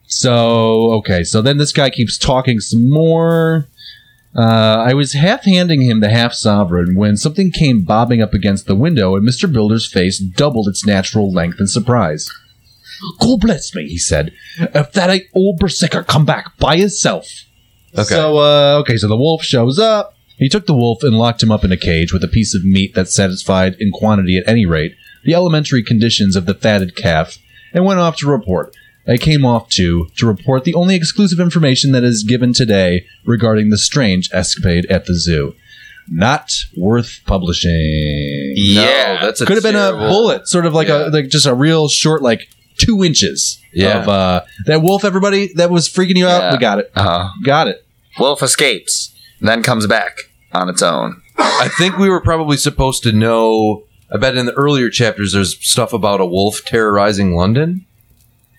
So okay, so then this guy keeps talking some more. Uh, I was half handing him the half sovereign when something came bobbing up against the window, and Mister Builder's face doubled its natural length in surprise. God bless me, he said. If that ain't old berserker come back by himself. Okay. So uh, okay, so the wolf shows up. He took the wolf and locked him up in a cage with a piece of meat that satisfied in quantity at any rate the elementary conditions of the fatted calf, and went off to report. I came off to to report the only exclusive information that is given today regarding the strange escapade at the zoo. Not worth publishing. Yeah. no, that's a Could have been a terrible- bullet, sort of like a Yeah. like just a real short, like two inches. Yeah. Of, uh, that wolf, everybody that was freaking you out. Yeah. We got it. Uh-huh. Uh, Got it. wolf escapes, then comes back on its own. I think we were probably supposed to know. I bet in the earlier chapters, there's stuff about a wolf terrorizing London.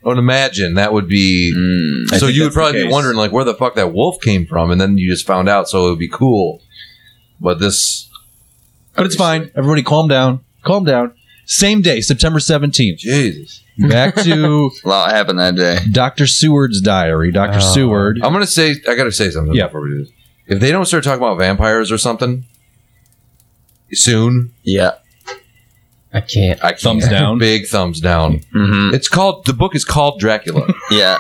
I would imagine that would be. Mm. so you would probably be wondering, like, where the fuck that wolf came from, and then you just found out. So it would be cool. But this, But it's fine. Everybody calm down. Calm down. Same day, September 17th. Jesus, Back (laughs) to A lot happened that day. Dr. Seward's diary. Dr. Oh. Seward. I'm gonna say I gotta say something Yeah. before we do this. If they don't start talking about vampires or something soon, Yeah. I can't. I can't. Thumbs (laughs) down. big thumbs down. hmm It's called the book is called Dracula. Yeah.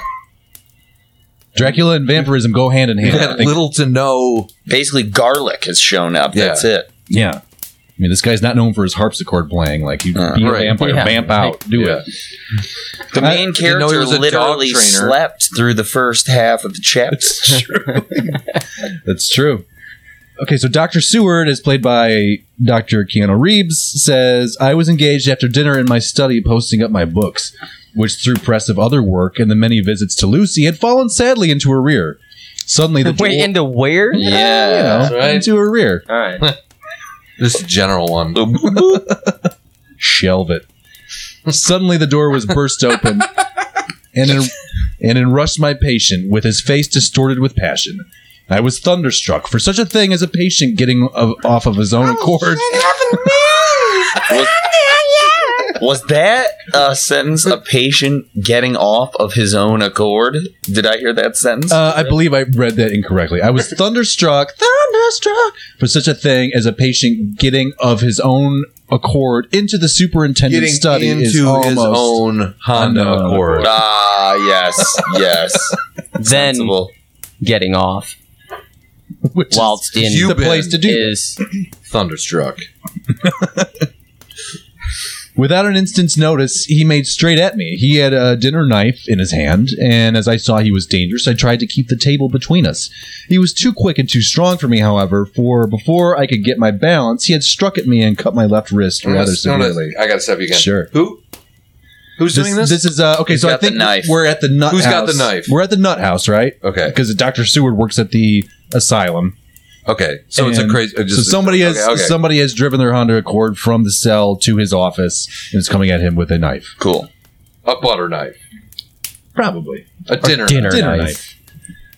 Dracula and vampirism go hand in You hand. I had think. little to no. Basically, garlic has shown up. Yeah. That's it. Yeah. I mean, this guy's not known for his harpsichord playing. Like, you Uh, be right. a vampire, Yeah. vamp out, do Yeah. it. The I main didn't know he character was a dog literally trainer. slept through the first half of the (laughs) chapter. That's true. Okay, so Dr. Seward, as played by Dr. Keanu Reeves, says, I was engaged after dinner in my study posting up my books, which through press of other work and the many visits to Lucy had fallen sadly into her rear. Suddenly the Wait, door- into where? you yeah. know, That's right. into her rear. All right. This general one. Shelve it. Suddenly the door was burst open, and in, and in rushed my patient with his face distorted with passion. I was thunderstruck for such a thing as a patient getting of, off of his own accord. Was that a sentence? A patient getting off of his own accord? Did I hear that sentence? Uh, I believe I read that incorrectly. I was thunderstruck, thunderstruck for such a thing as a patient getting of his own accord into the superintendent's Getting study into is his almost- own Honda Honda Accord. ah, yes, (laughs) yes. Then Sensible. getting off (laughs) which is whilst in the Cuban place to do is Thunderstruck. Without an instant's notice, he made straight at me. He had a dinner knife in his hand, and as I saw he was dangerous, I tried to keep the table between us. He was too quick and too strong for me, however, for before I could get my balance, he had struck at me and cut my left wrist I'm gonna- rather I'm gonna- severely. I gotta stop you again. Sure. Who? Who's This, doing this? this is uh, okay. Who's so I got the think knife? we're at the nut. Who's got house. the knife? We're at the nut house, right? okay. Because Doctor Seward works at the asylum. Okay. So it's a And crazy. uh, Just, so somebody has okay, okay. somebody has driven their Honda Accord from the cell to his office and is coming at him with a knife. Cool. a butter knife, Probably. a dinner, dinner, dinner night. knife.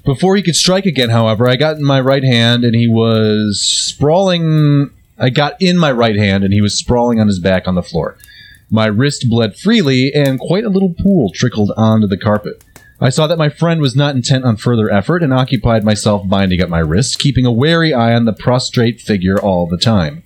Before he could strike again, however, I got in my right hand and he was sprawling. I got in my right hand and he was sprawling on his back on the floor. My wrist bled freely and quite a little pool trickled onto the carpet. I saw that my friend was not intent on further effort and occupied myself binding up my wrist, keeping a wary eye on the prostrate figure all the time.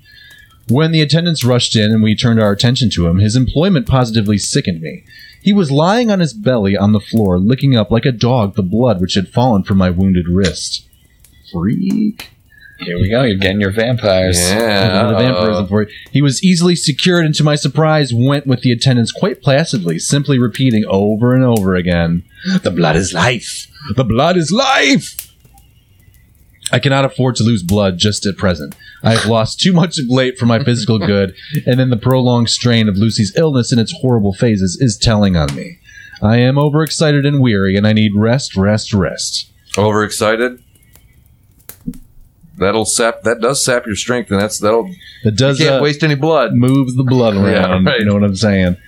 When the attendants rushed in and we turned our attention to him, his employment positively sickened me. He was lying on his belly on the floor, licking up like a dog the blood which had fallen from my wounded wrist. Freak. Here we go. You're getting your vampires. Yeah. (laughs) Over the vampirism for you. He was easily secured, and to my surprise, went with the attendants quite placidly, simply repeating over and over again The blood is life! The blood is life! I cannot afford to lose blood just at present. I have lost too much of late for my physical good, and then the prolonged strain of Lucy's illness in its horrible phases is telling on me. I am overexcited and weary, and I need rest, rest, rest. Overexcited. that'll sap. That does sap your strength, and that's that'll It you does can't uh, waste any blood. move the blood around. right. You know what I'm saying?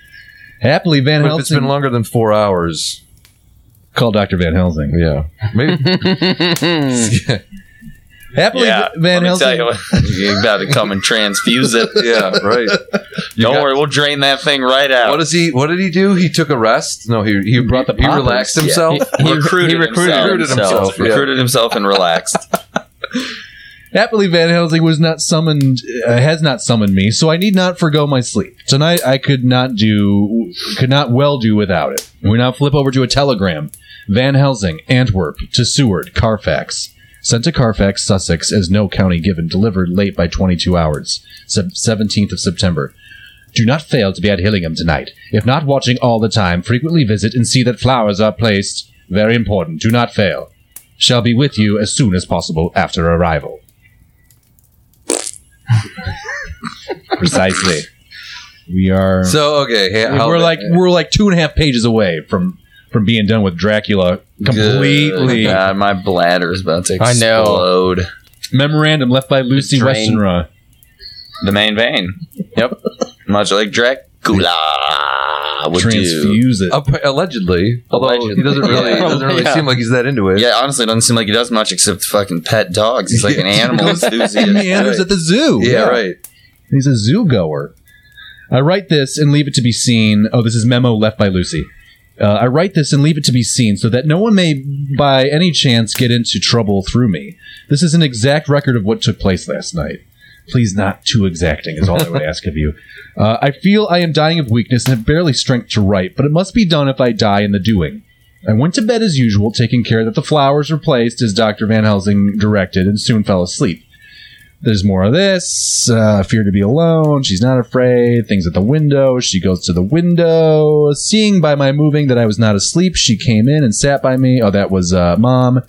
Happily, Van But if it's Helsing. been longer than four hours, call Doctor Van Helsing. yeah, (laughs) maybe Happily, Yeah, Van let me tell Helsing. you what, (laughs) you're about to come and transfuse it. yeah, right. You Don't got- worry, we'll drain that thing right out. What does he? What did he do? He took a rest. No, he he brought the he poppers. relaxed himself. He recruited, himself. recruited himself, yeah. Recruited himself and relaxed. Happily, Van Helsing was not summoned, uh, has not summoned me, so I need not forego my sleep. Tonight, I could not do, could not well do without it. We now flip over to a telegram. Van Helsing, Antwerp, to Seward, Carfax. Sent to Carfax, Sussex, as no county given, delivered late by 22 hours, Sep- 17th of September. Do not fail to be at Hillingham tonight. If not watching all the time, frequently visit and see that flowers are placed. Very important. Do not fail. Shall be with you as soon as possible after arrival. (laughs) Precisely. We are. So okay, hey, how- we're like we're like two and a half pages away from from being done with Dracula completely. Good God, my bladder is about to I know. explode. Memorandum left by Lucy Drain. Westenra. The main vein. Yep. Much like Dracula would do. Transfuse it. App- allegedly, although he doesn't really he doesn't really (laughs) Yeah. seem like he's that into it. Yeah, honestly, it doesn't seem like he does much except fucking pet dogs. He's like an animal enthusiast. Meanders at the zoo. Yeah, right. He's a zoo goer. I write this and leave it to be seen. Oh, this is memo left by Lucy. Uh, I write this and leave it to be seen so that no one may, by any chance, get into trouble through me. This is an exact record of what took place last night. Please, not too exacting, is all I would ask of you. Uh, I feel I am dying of weakness and have barely strength to write, but it must be done if I die in the doing. I went to bed as usual, taking care that the flowers were placed as Dr. Van Helsing directed, and soon fell asleep there's more of this uh, fear to be alone she's not afraid things at the window she goes to the window seeing by my moving that i was not asleep she came in and sat by me oh that was uh, mom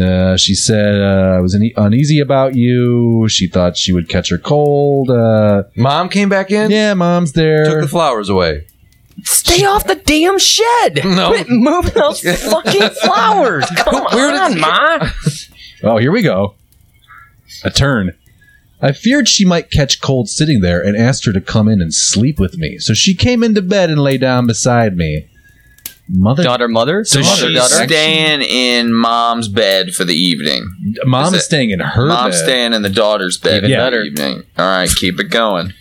uh, she said uh, i was une- uneasy about you she thought she would catch her cold uh, Mom came back in, yeah mom's took there the flowers away. Stay off the damn shed. No. Quit moving those fucking flowers. Come on, ma. oh here we go a turn I feared she might catch cold sitting there and asked her to come in and sleep with me. So she came into bed and lay down beside me. Mother Daughter, mother. So daughter, she's- She's daughter. staying in mom's bed for the evening. Mom Is is, it- staying in her mom's bed. staying in the daughter's bed Even for better. the evening. All right, keep it going.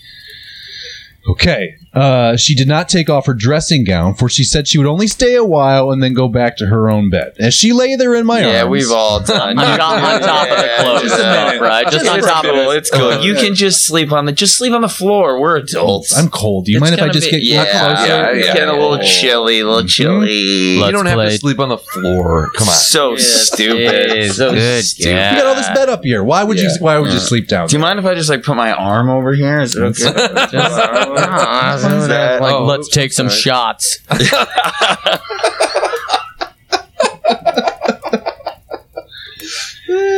okay. Uh, she did not take off her dressing gown, for she said she would only stay a while and then go back to her own bed. As she lay there in my arms, yeah, we've (laughs) all done. On top, on top of the Yeah, clothes, just- stuff, right? Just, on it's top of cool, it. It's cool. You can just sleep on the just sleep on the floor. We're adults. I'm cold. Do you It's mind if I gonna just be- get yeah, closer? Mm-hmm. yeah, it's yeah, getting a little yeah. chilly, a little chilly. you Let's don't have play. to sleep on the floor. Come on. So stupid. So Good. stupid. You got all this bed up here. Why would you? Why would you sleep down? Do you mind if I just like put my arm over here? Is it okay? Just- What's that? Like, Oh, let's take some shots.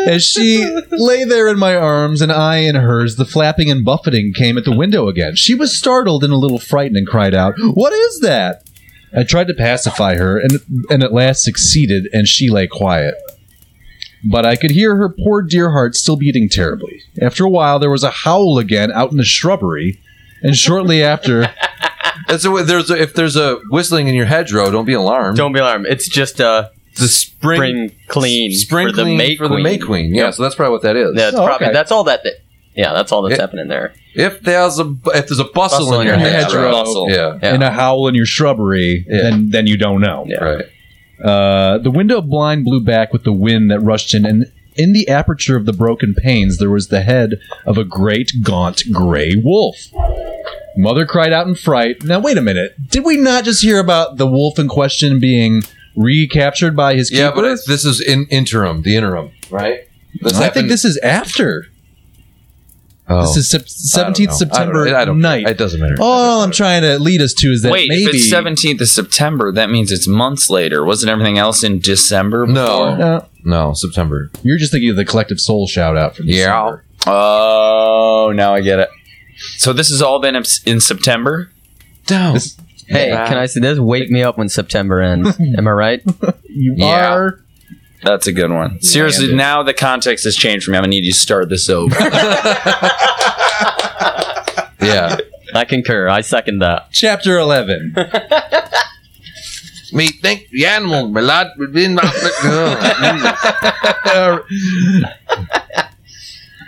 As she lay there in my arms and I in hers, the flapping and buffeting came at the window again. She was startled and a little frightened and cried out, What is that? I tried to pacify her and, and at last succeeded, and she lay quiet. But I could hear her poor dear heart still beating terribly. After a while, there was a howl again out in the shrubbery, and shortly after, That's the way. There's a, if there's a whistling in your hedgerow, don't be alarmed. Don't be alarmed. It's just uh, the spring spring clean spring for the clean May for the Queen. May Queen. Yeah, so that's probably what that is. That's Oh, probably okay. that's all that. that yeah, that's all that's Yeah. happening there. If there's a if there's a bustle, Bustle in your hedgerow, Bustle. yeah, Yeah. and a howl in your shrubbery, Yeah. then, then you don't know. Yeah. right. Uh, the window blind blew back with the wind that rushed in, and in the aperture of the broken panes there was the head of a great, gaunt, gray wolf. Mother cried out in fright. Now, wait a minute. Did we not just hear about the wolf in question being recaptured by his Yeah, keeper? but it's, this is in interim, the interim, right? This I think happened- this is after. Oh. This is sep- I don't 17th know. September I don't, I don't, night. Oh. It doesn't matter. All I'm trying to lead us to is that Wait, maybe if it's seventeenth of September, that means it's months later. Wasn't everything else in December? No. No, No, (laughs) September. you're just thinking of the collective soul shout out from Yeah. December. Oh, now I get it. So this has all been in September. Down. Hey, Yeah. can I see this? Wake me up when September ends. Am I right? You Yeah. are That's a good one. Seriously, now the context has changed for me. I'm gonna need you to start this over. Yeah. I concur. I second that. Chapter 11. Me think the animal a lot within my.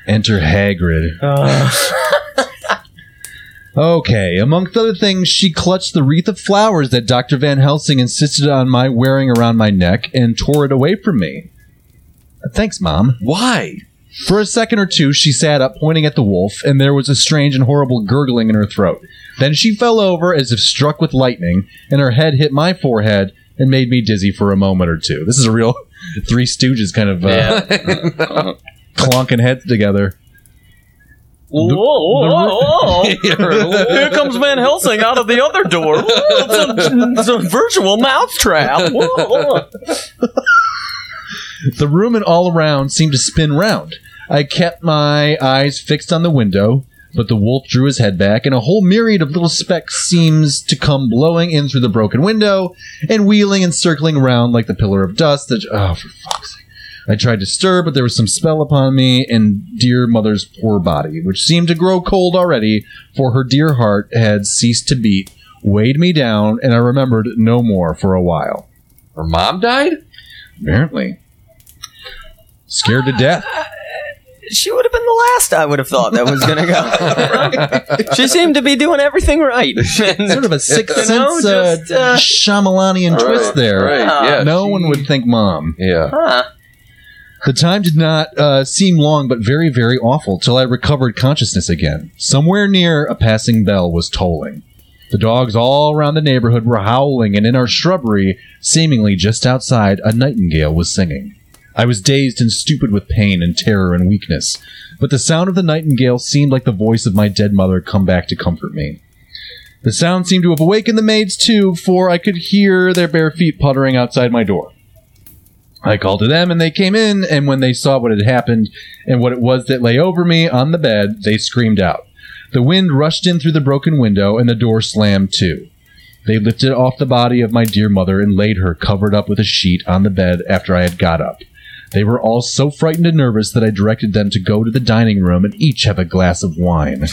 Enter Hagrid. okay, amongst other things, she clutched the wreath of flowers that Dr. Van Helsing insisted on my wearing around my neck and tore it away from me. Thanks, Mom. (laughs) Why? For a second or two, she sat up, pointing at the wolf, and there was a strange and horrible gurgling in her throat. Then she fell over as if struck with lightning, and her head hit my forehead and made me dizzy for a moment or two. This is a real (laughs) Three Stooges kind of uh, (laughs) clonking heads together. Whoa, whoa, whoa, whoa. Here comes Van Helsing out of the other door. Whoa, It's a, it's a virtual mousetrap. Whoa, whoa. The room and all around seemed to spin round. I kept my eyes fixed on the window, but the wolf drew his head back, and a whole myriad of little specks seems to come blowing in through the broken window and wheeling and circling round like the pillar of dust. That oh, for fuck's sake! I tried to stir, but there was some spell upon me and dear mother's poor body, which seemed to grow cold already, for her dear heart had ceased to beat, weighed me down, and I remembered no more for a while. Her mom died? Apparently. Scared to death. She would have been the last I would have thought that was going to go. (laughs) Right? She seemed to be doing everything right. (laughs) Sort of a sixth You know, sense just, uh, uh, Shyamalanian twist there. Right. Yeah. No one would think mom. Yeah. Huh. The time did not uh, seem long, but very, very awful till I recovered consciousness again. Somewhere near, a passing bell was tolling. The dogs all around the neighborhood were howling, and in our shrubbery, seemingly just outside, a nightingale was singing. I was dazed and stupid with pain and terror and weakness, but the sound of the nightingale seemed like the voice of my dead mother come back to comfort me. The sound seemed to have awakened the maids too, for I could hear their bare feet puttering outside my door. I called to them, and they came in, and when they saw what had happened and what it was that lay over me on the bed, they screamed out. The wind rushed in through the broken window, and the door slammed to. They lifted off the body of my dear mother and laid her covered up with a sheet on the bed after I had got up. They were all so frightened and nervous that I directed them to go to the dining room and each have a glass of wine.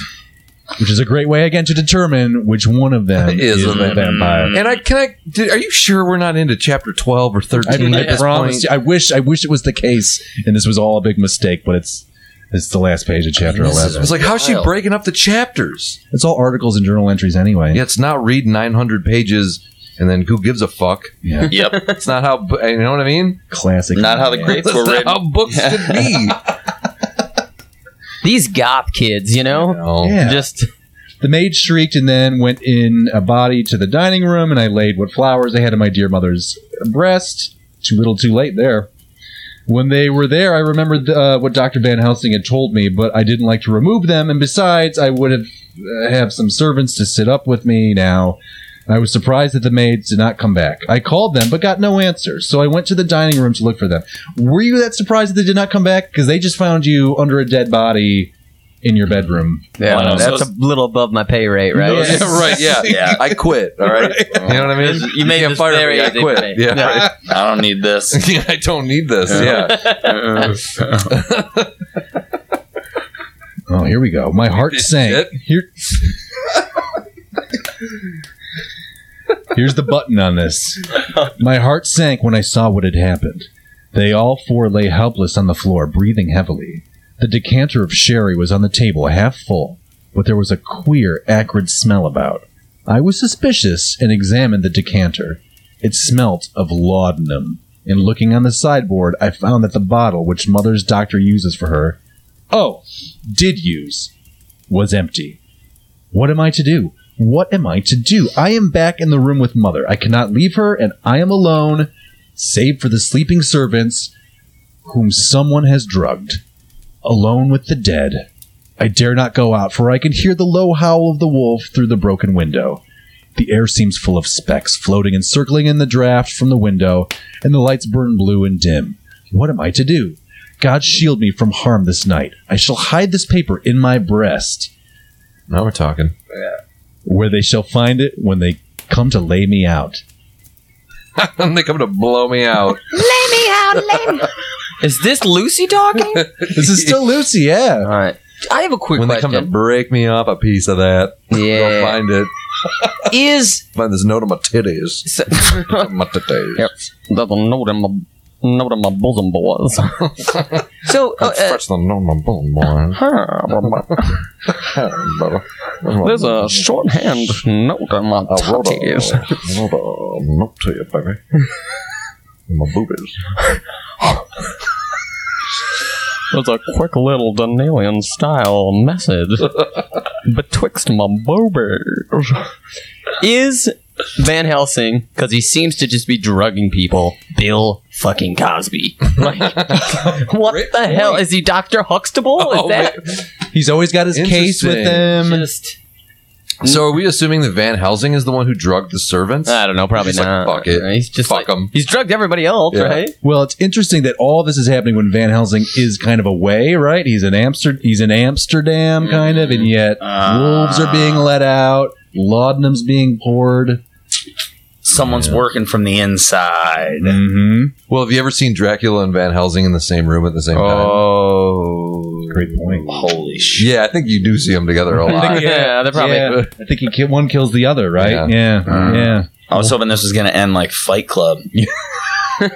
Which is a great way again to determine which one of them Is is, a the vampire. And I can I did, are you sure we're not into chapter 12 or 13 I, at I this promise. point? you- I wish. I wish it was the case, and this was all a big mistake. But it's it's the last page of chapter This is- eleven. It's like how's she breaking up the chapters? it's all articles and journal entries anyway. Yeah, it's not read 900 pages and then who gives a fuck? Yeah. yep, It's not how bu- you know what I mean? Classic. not how the grapes That's were not how written. books should be. These goth kids, you know? (laughs) No. Yeah. Just The maid shrieked and then went in a body to the dining room, and I laid what flowers I had in my dear mother's breast. Too little, too late there. When they were there, I remembered uh, what Dr. Van Helsing had told me, but I didn't like to remove them, and besides, I would have uh, have some servants to sit up with me now. I was surprised that the maids did not come back. I called them, but got no answer, so I went to the dining room to look for them. Were you that surprised that they did not come back? Because they just found you under a dead body in your bedroom. Why yeah, not? that's a little above my pay rate, right? Yeah. Yeah, (laughs) right, yeah. Yeah. I quit, all right? You know what I mean? You made can't this fire very me, I easy quit. for me. Yeah, (laughs) right. I don't need this. Yeah, I don't need this. Yeah. Oh, here we go. My heart sank. Here, here's the button on this. My heart sank when I saw what had happened. They all four lay helpless on the floor, breathing heavily. The decanter of sherry was on the table, half full, but there was a queer, acrid smell about. I was suspicious and examined the decanter. It smelt of laudanum. And looking on the sideboard, I found that the bottle which Mother's doctor uses for her. Oh, did use was empty. What am I to do? What am I to do? I am back in the room with mother. I cannot leave her, and I am alone, save for the sleeping servants whom someone has drugged. Alone with the dead. I dare not go out, for I can hear the low howl of the wolf through the broken window. The air seems full of specks floating and circling in the draft from the window, and the lights burn blue and dim. What am I to do? God shield me from harm this night. I shall hide this paper in my breast, Now we're talking. (laughs) where they shall find it when they come to lay me out. and they come to blow me out. Is this Lucy talking? (laughs) This is still Lucy, yeah. All right. I have a quick when they come to question. break me up a piece of that, I'll (laughs) yeah. find it. Is Find this note on my titties. (laughs) so, my titties. Yep. doesn't know them my know them my bosom boys. (laughs) so uh, uh, Stretch the note on my bone, boy. there's a shorthand note on my I wrote a, titties. wrote a note to you, baby. my boobies. There's a quick little Danelian (laughs) style message betwixt my boobers. Is Van Helsing, because he seems to just be drugging people, Bill (laughs) fucking Cosby? Like, what the hell? Is he Dr. Huxtable? Oh, Is that He's always got his case with Interesting. him. just. So are we assuming that Van Helsing is the one who drugged the servants? I don't know, probably He's just not. Uh, like, fuck it. He's just Fuck like, 'em. he's drugged everybody else, Yeah. right? Well, it's interesting that all this is happening when Van Helsing is kind of away, right? He's in Amsterdam, he's in Amsterdam kind of, and yet Mm-hmm. Ah. wolves are being let out, laudanum's being poured. Someone's working from the inside. Mm-hmm. Well, have you ever seen Dracula and Van Helsing in the same room at the same time? Oh, great point. Holy shit. Yeah, I think you do see them (laughs) together a lot. (laughs) yeah, they're probably. Yeah. I think he ki- one kills the other, right? Yeah, Uh-huh. yeah. I was hoping this was going to end like Fight Club.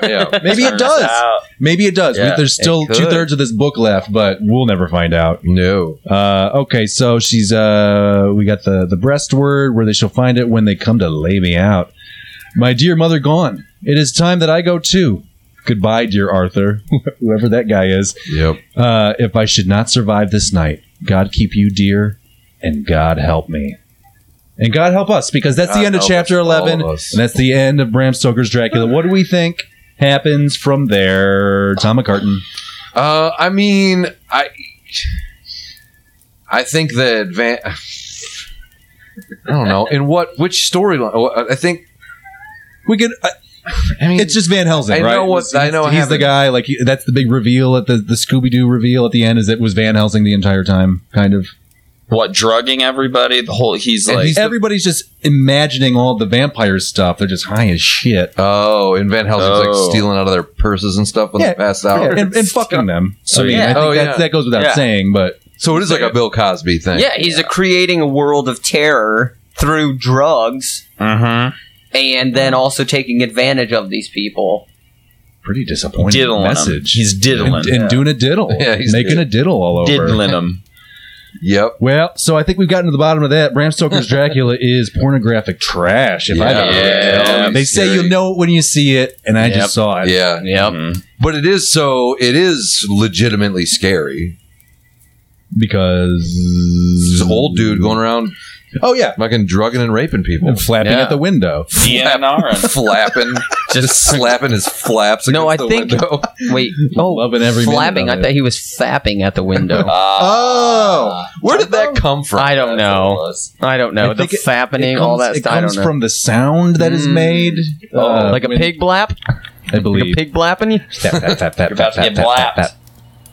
yeah. Maybe it Turns does. out- Maybe it does. Yeah, There's still could. two thirds of this book left, but we'll never find out. No. Uh, okay, so she's uh, we got the the breast word where they shall find it when they come to lay me out. My dear mother gone. It is time that I go too. Goodbye, dear Arthur, (laughs) whoever that guy is. Yep. Uh, if I should not survive this night, God keep you, dear, and God help me, and God help us, because that's God the end of help chapter us, eleven, all and of us. that's the end of Bram Stoker's Dracula. What do we think happens from there, Tom McCartan? Uh, I mean, I, I think that Van. I don't know in what which storyline. oh, I think. We could I mean, It's just Van Helsing, I right? know what- It's- I he's- know what He's the happened. guy. Like he, that's the big reveal at the the Scooby Doo reveal at the end. Is it was Van Helsing the entire time? Kind of. What, drugging everybody? The whole, he's And like, he's- Everybody's just imagining all the vampire stuff. They're just high as shit. oh, and Van Helsing's Oh. like stealing out of their purses and stuff when Yeah, they passed out. Yeah, and, and fucking them. So I mean, yeah. I think Oh, that, yeah. that goes without Yeah. saying. But So it is like a Bill Cosby thing. Yeah, he's A creating a world of terror through drugs mm Mm-hmm. and then also taking advantage of these people. pretty disappointing Diddling 'em. message. He's diddling. and, and doing a diddle. Yeah, he's making did- a diddle all over. (laughs) diddling him. Yep. Well, so I think we've gotten to the bottom of that. Bram (laughs) Stoker's Dracula is pornographic trash. If I've ever read it. Yeah. they say you'll know it when you see it, and I Yep. just saw it. Yeah. Yep. Mm-hmm. But it is so. It is legitimately scary. because This old dude going around Oh yeah, fucking drugging and (laughs) raping people, and flapping Yeah. at the window. (laughs) DNR. flapping, (laughs) just slapping his flaps. No, against I the think- window. Wait. Oh, (laughs) Loving every flapping. I minute. of thought he was fapping at (laughs) the window. Ah, Oh, (laughs) where did that come from? I don't know. I don't know. I the think it- fapping, it. It all comes- that it stuff. I comes don't know. from the sound that is made, uh, Oh, like a when- pig blap? I Like a believe. pig blapping you? Tap, tap, tap, tap, You're about to tap, get tap, tap, blapped. tap.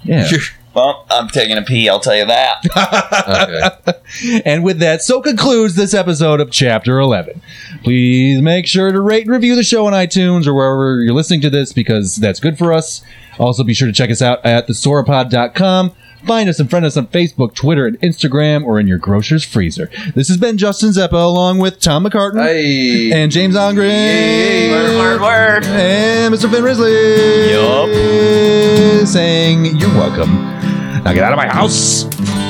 Yeah. Well, I'm taking a pee, I'll tell you that. (laughs) Okay. And with that, so concludes this episode of Chapter 11. Please make sure to rate and review the show on iTunes or wherever you're listening to this because that's good for us. Also, be sure to check us out at thesauropod.com. Find us and friend us on Facebook, Twitter, and Instagram, or in your grocer's freezer. This has been Justin Zeppa along with Tom McCartan (laughs) Hey. and James Ongren Word, word. and Mr. Finn Risley saying, You're welcome. Now get out of my house.